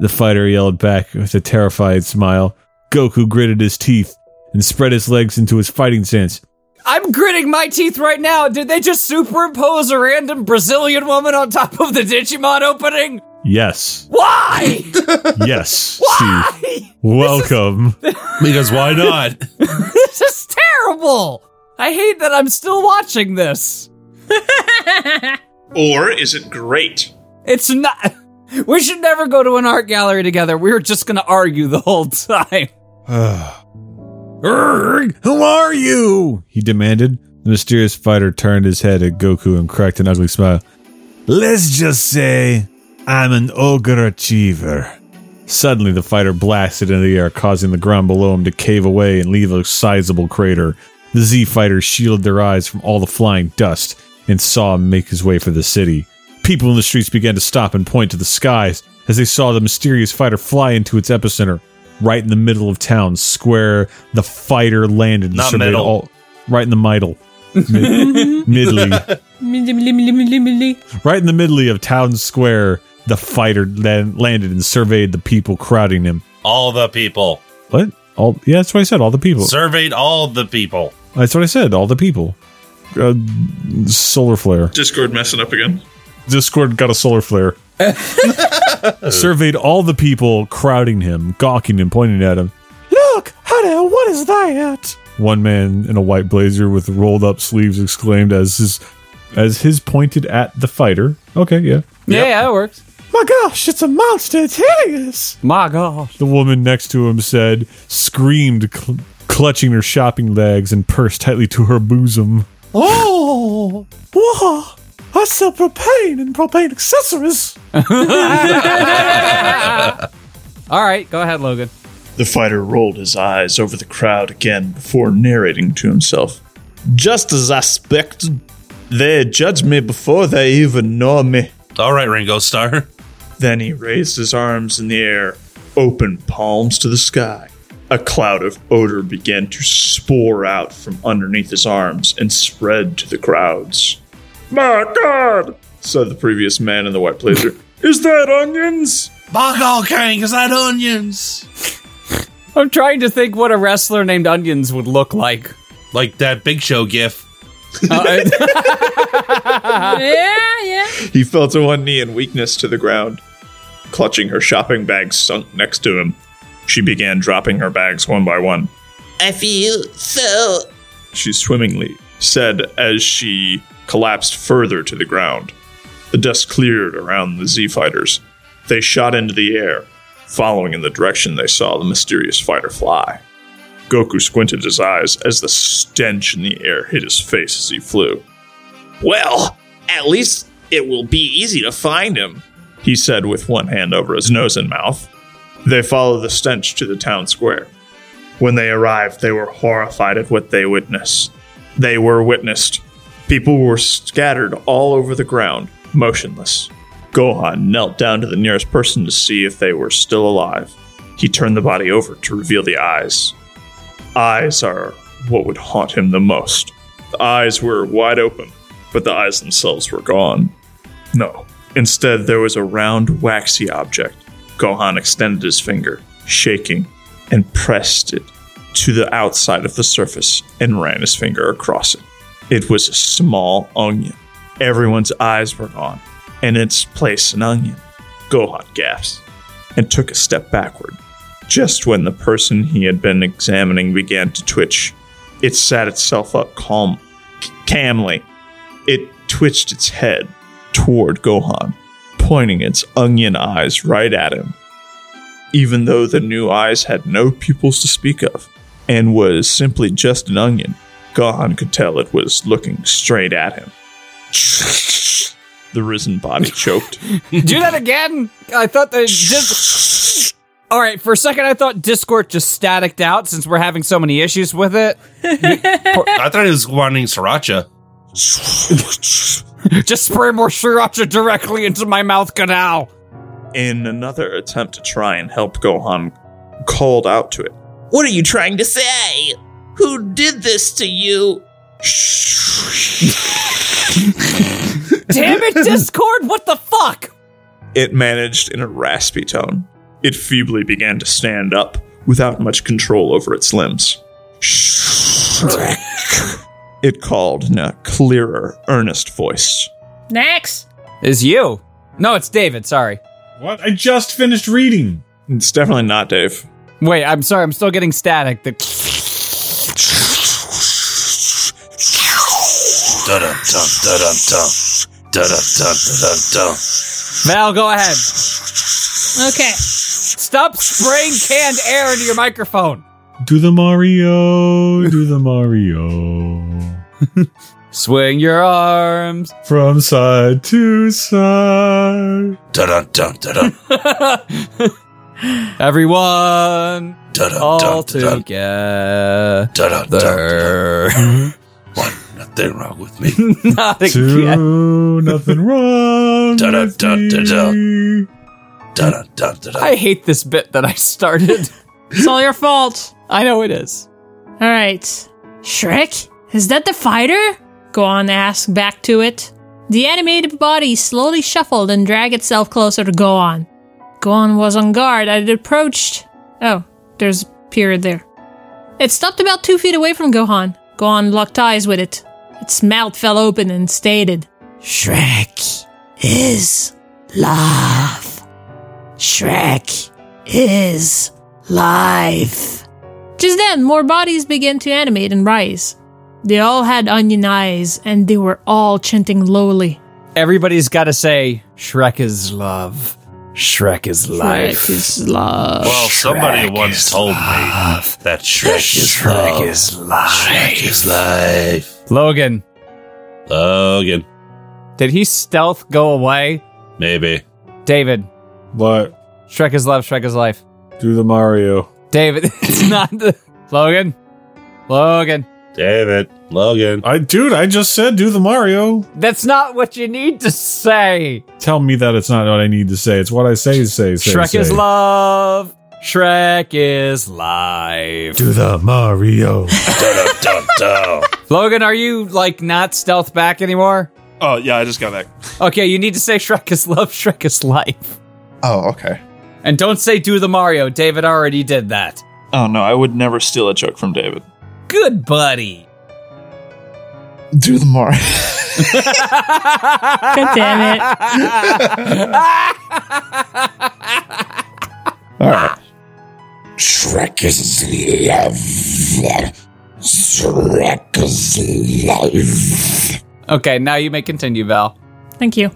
[SPEAKER 2] The fighter yelled back with a terrified smile. Goku gritted his teeth and spread his legs into his fighting stance.
[SPEAKER 1] [LAUGHS] I'm gritting my teeth right now. Did they just superimpose a random Brazilian woman on top of the Digimon opening?
[SPEAKER 2] Yes.
[SPEAKER 1] Why? [LAUGHS]
[SPEAKER 10] [LAUGHS]
[SPEAKER 2] Yes. Steve. Welcome.
[SPEAKER 4] because why not?
[SPEAKER 1] this is terrible. I hate that I'm still watching this.
[SPEAKER 3] Or is it great?
[SPEAKER 1] It's not. We should never go to an art gallery together. We were just going to argue the whole time.
[SPEAKER 2] Erg, who are you? He demanded. The mysterious fighter turned his head at Goku and cracked an ugly smile.
[SPEAKER 10] Let's just say I'm an ogre achiever.
[SPEAKER 2] Suddenly, the fighter blasted into the air, causing the ground below him to cave away and leave a sizable crater. The Z fighters shielded their eyes from all the flying dust and saw him make his way for the city. People in the streets began to stop and point to the skies as they saw the mysterious fighter fly into its epicenter, right in the middle of town square. The fighter landed and
[SPEAKER 4] Not
[SPEAKER 2] surveyed
[SPEAKER 4] middle.
[SPEAKER 2] all right in the middle, Mid- middly. Right in the middle of town square, the fighter lan- landed and surveyed the people crowding him.
[SPEAKER 4] [LAUGHS] All the people.
[SPEAKER 2] What? All yeah, that's what I said. All the people.
[SPEAKER 4] Surveyed all the people.
[SPEAKER 2] That's what I said. All the people. Uh, solar flare.
[SPEAKER 3] Discord messing up again.
[SPEAKER 2] Discord got a solar [LAUGHS] flare. Surveyed all the people crowding him, gawking and pointing at him.
[SPEAKER 10] Look, honey, what is that?
[SPEAKER 2] One man in a white blazer with rolled up sleeves exclaimed as his as his pointed at the fighter. Okay, yeah.
[SPEAKER 1] Yeah, that works.
[SPEAKER 10] My gosh, it's a monster. It's hideous.
[SPEAKER 1] My gosh.
[SPEAKER 2] The woman next to him said, screamed, cl- clutching her shopping legs and pursed tightly to her bosom.
[SPEAKER 10] Oh, wow. I sell propane and propane accessories.
[SPEAKER 1] All right, go ahead, Logan.
[SPEAKER 3] The fighter rolled his eyes over the crowd again before narrating to himself. Just as I expected, they judge me before they even know me.
[SPEAKER 4] All right, Ringo Star.
[SPEAKER 3] Then he raised his arms in the air, open palms to the sky. A cloud of odor began to spore out from underneath his arms and spread to the crowds. My God, said the previous man in the white blazer. [LAUGHS] Is that onions?
[SPEAKER 4] Boggle Kang, is that onions?
[SPEAKER 1] I'm trying to think what a wrestler named Onions would look like. [LAUGHS]
[SPEAKER 4] Like that Big Show gif.
[SPEAKER 5] yeah, yeah.
[SPEAKER 3] He fell to one knee in weakness to the ground. Clutching her shopping bag sunk next to him, she began dropping her bags one by one.
[SPEAKER 8] I feel so.
[SPEAKER 3] She swimmingly said as she collapsed further to the ground. The dust cleared around the Z fighters. They shot into the air, following in the direction they saw the mysterious fighter fly. Goku squinted his eyes as the stench in the air hit his face as he flew. Well, at least it will be easy to find him, he said with one hand over his nose and mouth. They followed the stench to the town square. When they arrived, they were horrified at what they witnessed. They were witnessed. People were scattered all over the ground, motionless. Gohan knelt down to the nearest person to see if they were still alive. He turned the body over to reveal the eyes. Eyes are what would haunt him the most. The eyes were wide open, but the eyes themselves were gone. No. Instead, there was a round, waxy object. Gohan extended his finger, shaking, and pressed it to the outside of the surface and ran his finger across it. It was a small onion, Everyone's eyes were gone, and in its place an onion. Gohan gasped and took a step backward. Just when the person he had been examining began to twitch, it sat itself up calm, calmly. It twitched its head toward Gohan, pointing its onion eyes right at him. Even though the new eyes had no pupils to speak of and was simply just an onion, Gohan could tell it was looking straight at him. The risen body choked.
[SPEAKER 1] Do that again. I thought that just. All right, for a second, I thought Discord just staticked out since we're having so many issues with it.
[SPEAKER 4] I thought he was wanting sriracha.
[SPEAKER 1] just spray more sriracha directly into my mouth canal.
[SPEAKER 3] In another attempt to try and help Gohan, called out to it. What are you trying to say?
[SPEAKER 8] Hey, who did this to you?
[SPEAKER 1] Damn it, Discord! What the fuck?
[SPEAKER 3] It managed in a raspy tone. It feebly began to stand up without much control over its limbs. It called in a clearer, earnest voice.
[SPEAKER 5] Next.
[SPEAKER 1] Is you? No, it's David. Sorry.
[SPEAKER 11] What? I just finished reading.
[SPEAKER 3] It's definitely not Dave.
[SPEAKER 1] Wait, I'm sorry. I'm still getting static. The
[SPEAKER 4] Da dum dum da dum dum da dum dum da dum dum.
[SPEAKER 1] Val, go ahead.
[SPEAKER 5] Okay.
[SPEAKER 1] Stop spraying canned air into your microphone.
[SPEAKER 6] Do the Mario, do the Mario.
[SPEAKER 1] Swing your arms.
[SPEAKER 6] From side
[SPEAKER 4] [LAUGHS]
[SPEAKER 6] to side.
[SPEAKER 4] Da dum dum da dum
[SPEAKER 1] Everyone,
[SPEAKER 4] da dum
[SPEAKER 1] all
[SPEAKER 4] dum da dum
[SPEAKER 1] together. [LAUGHS]
[SPEAKER 4] da dum dum. Mm-hmm. One nothing wrong with [LAUGHS] me.
[SPEAKER 1] Not again.
[SPEAKER 6] Two,
[SPEAKER 4] [LAUGHS]
[SPEAKER 6] nothing wrong.
[SPEAKER 4] Da dum
[SPEAKER 6] with
[SPEAKER 4] dum da dum
[SPEAKER 6] me.
[SPEAKER 4] da dum dum da dum.
[SPEAKER 1] I hate this bit that I started. [LAUGHS]
[SPEAKER 5] It's all your fault.
[SPEAKER 1] I know it is.
[SPEAKER 5] All right. Shrek, is that the fighter? Gohan asked back to it. The animated body slowly shuffled and dragged itself closer to Gohan. Gohan was on guard as it approached. Oh, there's a period there. It stopped about two feet away from Gohan. Gohan locked eyes with it. Its mouth fell open and stated, Shrek is love. Shrek is life. Just then, more bodies began to animate and rise. They all had onion eyes, and they were all chanting lowly.
[SPEAKER 1] Everybody's got to say, Shrek is love. Shrek is life. [LAUGHS]
[SPEAKER 5] is love.
[SPEAKER 4] Well, somebody once told me that Shrek is love.
[SPEAKER 1] is life.
[SPEAKER 4] Shrek is life.
[SPEAKER 1] Logan,
[SPEAKER 4] Logan,
[SPEAKER 1] did he stealth go away?
[SPEAKER 4] maybe.
[SPEAKER 1] David,
[SPEAKER 11] But
[SPEAKER 1] Shrek is love, Shrek is life.
[SPEAKER 11] do the Mario.
[SPEAKER 1] David, [LAUGHS] it's not the. Logan? Logan.
[SPEAKER 4] David, Logan.
[SPEAKER 11] I dude, I just said do the Mario.
[SPEAKER 1] That's not what you need to say.
[SPEAKER 11] Tell me that it's not what I need to say. It's what I say, say, say.
[SPEAKER 1] Shrek is
[SPEAKER 11] say.
[SPEAKER 1] love. Shrek is life.
[SPEAKER 6] Do the Mario.
[SPEAKER 4] Dun, dun, dun, dun.
[SPEAKER 1] Logan, are you like not stealth back anymore?
[SPEAKER 3] Oh, yeah, I just got back.
[SPEAKER 1] Okay, you need to say Shrek is love, [LAUGHS] Shrek is life.
[SPEAKER 3] Oh, okay.
[SPEAKER 1] And don't say do the Mario. David already did that.
[SPEAKER 3] Oh, no, I would never steal a joke from David.
[SPEAKER 1] Good buddy.
[SPEAKER 3] Do the Mario.
[SPEAKER 5] God damn it.
[SPEAKER 3] All right.
[SPEAKER 12] Shrek is love. Shrek is life.
[SPEAKER 1] Okay, now you may continue, Val.
[SPEAKER 5] Thank you.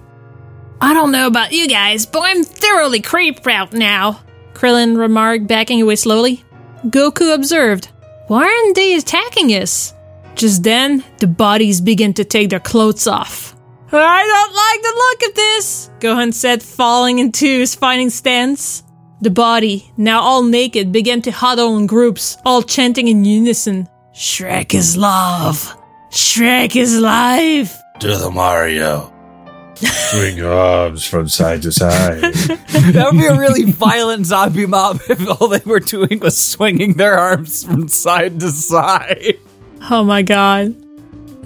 [SPEAKER 5] I don't know about you guys, but I'm thoroughly creeped out now, Krillin remarked, backing away slowly. Goku observed, Why aren't they attacking us? Just then, the bodies began to take their clothes off. I don't like the look of this, Gohan said, falling into his fighting stance. The body, now all naked, began to huddle in groups, all chanting in unison Shrek is love! Shrek is life!
[SPEAKER 4] Do the Mario.
[SPEAKER 11] Swing your arms from side to
[SPEAKER 6] [LAUGHS]
[SPEAKER 11] side.
[SPEAKER 1] That would be a really violent zombie mob [LAUGHS] if all they were doing was swinging their arms from side to side.
[SPEAKER 5] Oh my god.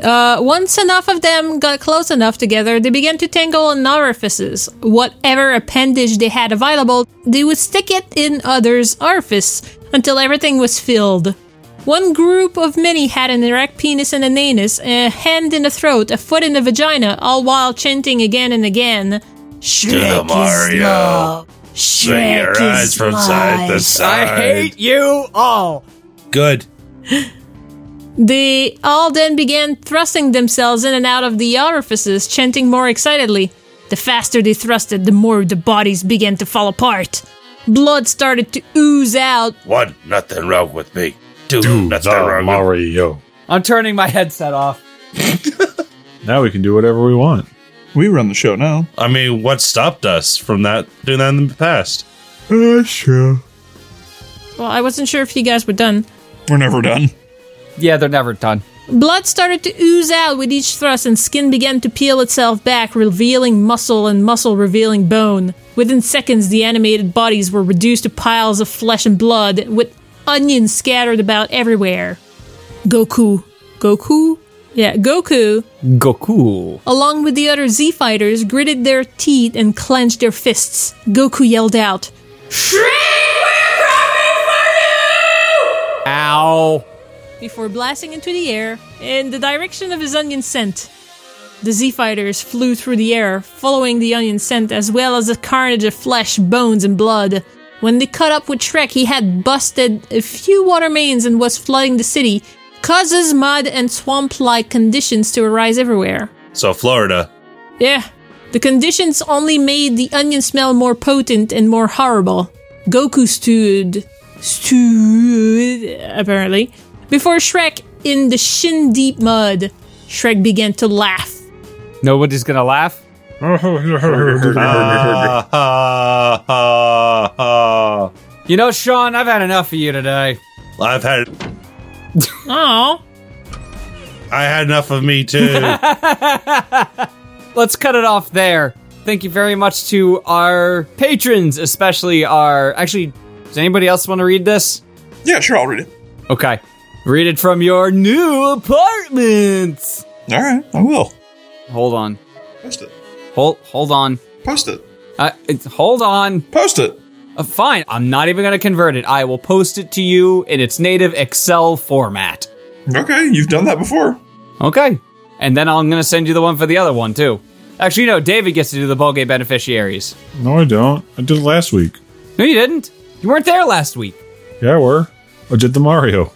[SPEAKER 5] Uh, once enough of them got close enough together, they began to tangle in orifices. Whatever appendage they had available, they would stick it in others' orifice until everything was filled. One group of many had an erect penis and an anus, a hand in the throat, a foot in the vagina, all while chanting again and again.
[SPEAKER 4] To
[SPEAKER 5] Shrek is
[SPEAKER 4] Mario.
[SPEAKER 5] love.
[SPEAKER 4] Swing your
[SPEAKER 5] Shrek
[SPEAKER 4] eyes
[SPEAKER 5] is
[SPEAKER 4] from side to
[SPEAKER 5] life.
[SPEAKER 4] side.
[SPEAKER 1] you all.
[SPEAKER 4] Good.
[SPEAKER 5] They all then began thrusting themselves in and out of the orifices, chanting more excitedly. The faster they thrusted, the more the bodies began to fall apart. Blood started to ooze out.
[SPEAKER 4] One, nothing wrong with me. Two,
[SPEAKER 2] Do
[SPEAKER 4] nothing
[SPEAKER 2] the
[SPEAKER 4] wrong
[SPEAKER 2] Mario.
[SPEAKER 1] I'm turning my headset off.
[SPEAKER 2] Now we can do whatever we want.
[SPEAKER 3] We run the show now.
[SPEAKER 4] I mean, what stopped us from that doing that in the past?
[SPEAKER 6] Uh, sure.
[SPEAKER 5] Well, I wasn't sure if you guys were done.
[SPEAKER 3] We're never done.
[SPEAKER 1] Yeah, they're never done.
[SPEAKER 5] Blood started to ooze out with each thrust, and skin began to peel itself back, revealing muscle and muscle revealing bone. Within seconds, the animated bodies were reduced to piles of flesh and blood, with onions scattered about everywhere. Goku. Goku? Yeah, Goku,
[SPEAKER 1] Goku.
[SPEAKER 5] along with the other Z fighters, gritted their teeth and clenched their fists. Goku yelled out,
[SPEAKER 1] Ow.
[SPEAKER 5] before blasting into the air in the direction of his onion scent. The Z fighters flew through the air, following the onion scent as well as the carnage of flesh, bones, and blood. When they caught up with Shrek, he had busted a few water mains and was flooding the city, causes mud and swamp like conditions to arise everywhere.
[SPEAKER 4] So Florida.
[SPEAKER 5] Yeah. The conditions only made the onion smell more potent and more horrible. Goku stood, stood, apparently, before Shrek in the shin deep mud. Shrek began to laugh.
[SPEAKER 1] Nobody's gonna laugh. you know, Sean, I've had enough of you today.
[SPEAKER 4] [LAUGHS] I've had
[SPEAKER 5] Oh.
[SPEAKER 4] I had enough of me too.
[SPEAKER 1] Let's cut it off there. Thank you very much to our patrons, especially our. Actually, does anybody else want to read this?
[SPEAKER 3] Yeah, sure, I'll read it.
[SPEAKER 1] Okay. Read it from your new apartment.
[SPEAKER 3] All right, I will.
[SPEAKER 1] Hold on.
[SPEAKER 3] Post it.
[SPEAKER 1] Hold hold on.
[SPEAKER 3] Post it.
[SPEAKER 1] Uh, it's, hold on.
[SPEAKER 3] Post it.
[SPEAKER 1] Uh, fine. I'm not even going to convert it. I will post it to you in its native Excel format.
[SPEAKER 3] Okay, you've done that before.
[SPEAKER 1] Okay. And then I'm going to send you the one for the other one too. Actually, no. David gets to do the ballgame beneficiaries.
[SPEAKER 2] No, I don't. I did it last week.
[SPEAKER 1] No, you didn't. You weren't there last week.
[SPEAKER 2] Yeah, I were. I did the Mario.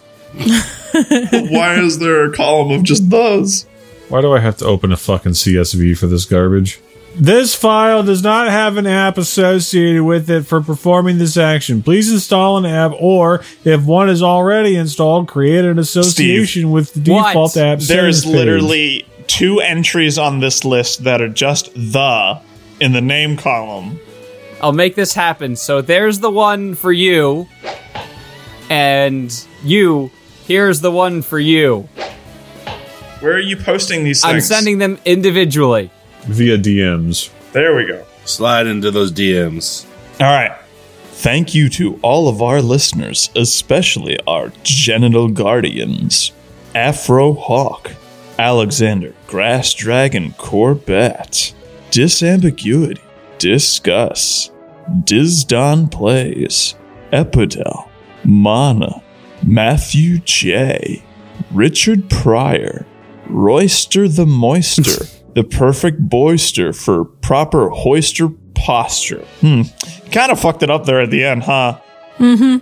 [SPEAKER 3] Why is there a column of just those?
[SPEAKER 2] Why do I have to open a fucking CSV for this garbage? This file does not have an app associated with it for performing this action. Please install an app, or if one is already installed, create an association with the
[SPEAKER 13] What?
[SPEAKER 2] default app.
[SPEAKER 13] There's
[SPEAKER 2] settings page.
[SPEAKER 13] literally two entries on this list that are just the in the name column.
[SPEAKER 1] I'll make this happen. So there's the one for you, and you. Here's the one for you.
[SPEAKER 3] Where are you posting these things?
[SPEAKER 1] I'm sending them individually.
[SPEAKER 2] via DMs.
[SPEAKER 3] There we go.
[SPEAKER 4] Slide into those DMs.
[SPEAKER 3] All right. Thank you to all of our listeners, especially our genital guardians Afro Hawk, Alexander Grass Dragon Corbett, Disambiguity, Discuss, Dizdon Plays, Epidel, Mana, Matthew J., Richard Pryor, Royster the Moister, the perfect boister for proper hoister posture. Hmm. Kind of fucked it up there at the end, huh?
[SPEAKER 5] Mm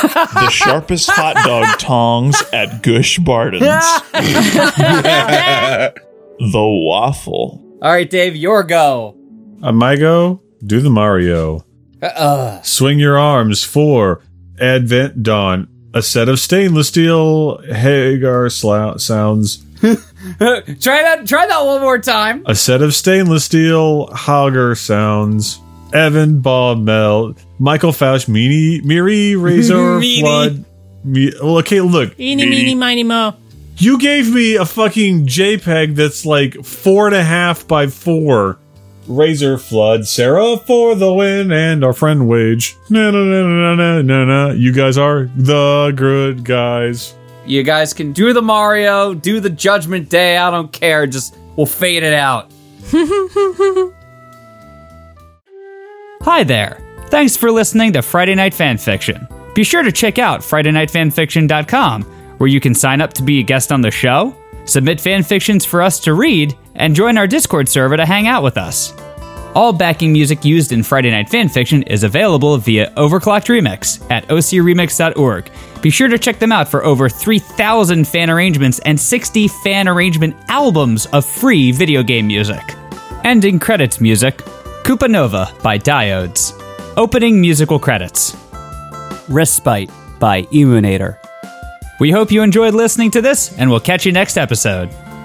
[SPEAKER 3] The sharpest hot dog tongs at Gush Barton's. [LAUGHS] the waffle.
[SPEAKER 1] All right, Dave, your go. [LAUGHS]
[SPEAKER 2] On my go, Uh, do the Mario.
[SPEAKER 13] Uh-uh.
[SPEAKER 1] Uh,
[SPEAKER 2] Swing your arms for Advent Dawn, a set of stainless steel Hagar slou- sounds.
[SPEAKER 1] try that. Try that one more time.
[SPEAKER 2] A set of stainless steel Hagar sounds. Evan Baumel, Michael Fausch, Meanie, Miri, Razor,
[SPEAKER 5] Meanie.
[SPEAKER 2] Flood. Me- well, okay, look.
[SPEAKER 5] hmm. Eeny, meeny, miny, mo.
[SPEAKER 2] You gave me a fucking JPEG that's like four and a half by four. Razor flood, Sarah for the win, and our friend Wage. Na na na na na na na. You guys are the good guys.
[SPEAKER 1] You guys can do the Mario, do the Judgment Day. I don't care. Just we'll fade it out. [LAUGHS] Hi there. Thanks for listening to Friday Night Fanfiction. Be sure to check out FridayNightFanfiction.com, where you can sign up to be a guest on the show, submit fan fictions for us to read, and join our Discord server to hang out with us. All backing music used in Friday Night Fanfiction is available via Overclocked Remix at ocremix.org. Be sure to check them out for over 3,000 fan arrangements and 60 fan arrangement albums of free video game music. Ending credits music Koopa Nova by Diodes. Opening musical credits Respite by Emunator. We hope you enjoyed listening to this, and we'll catch you next episode.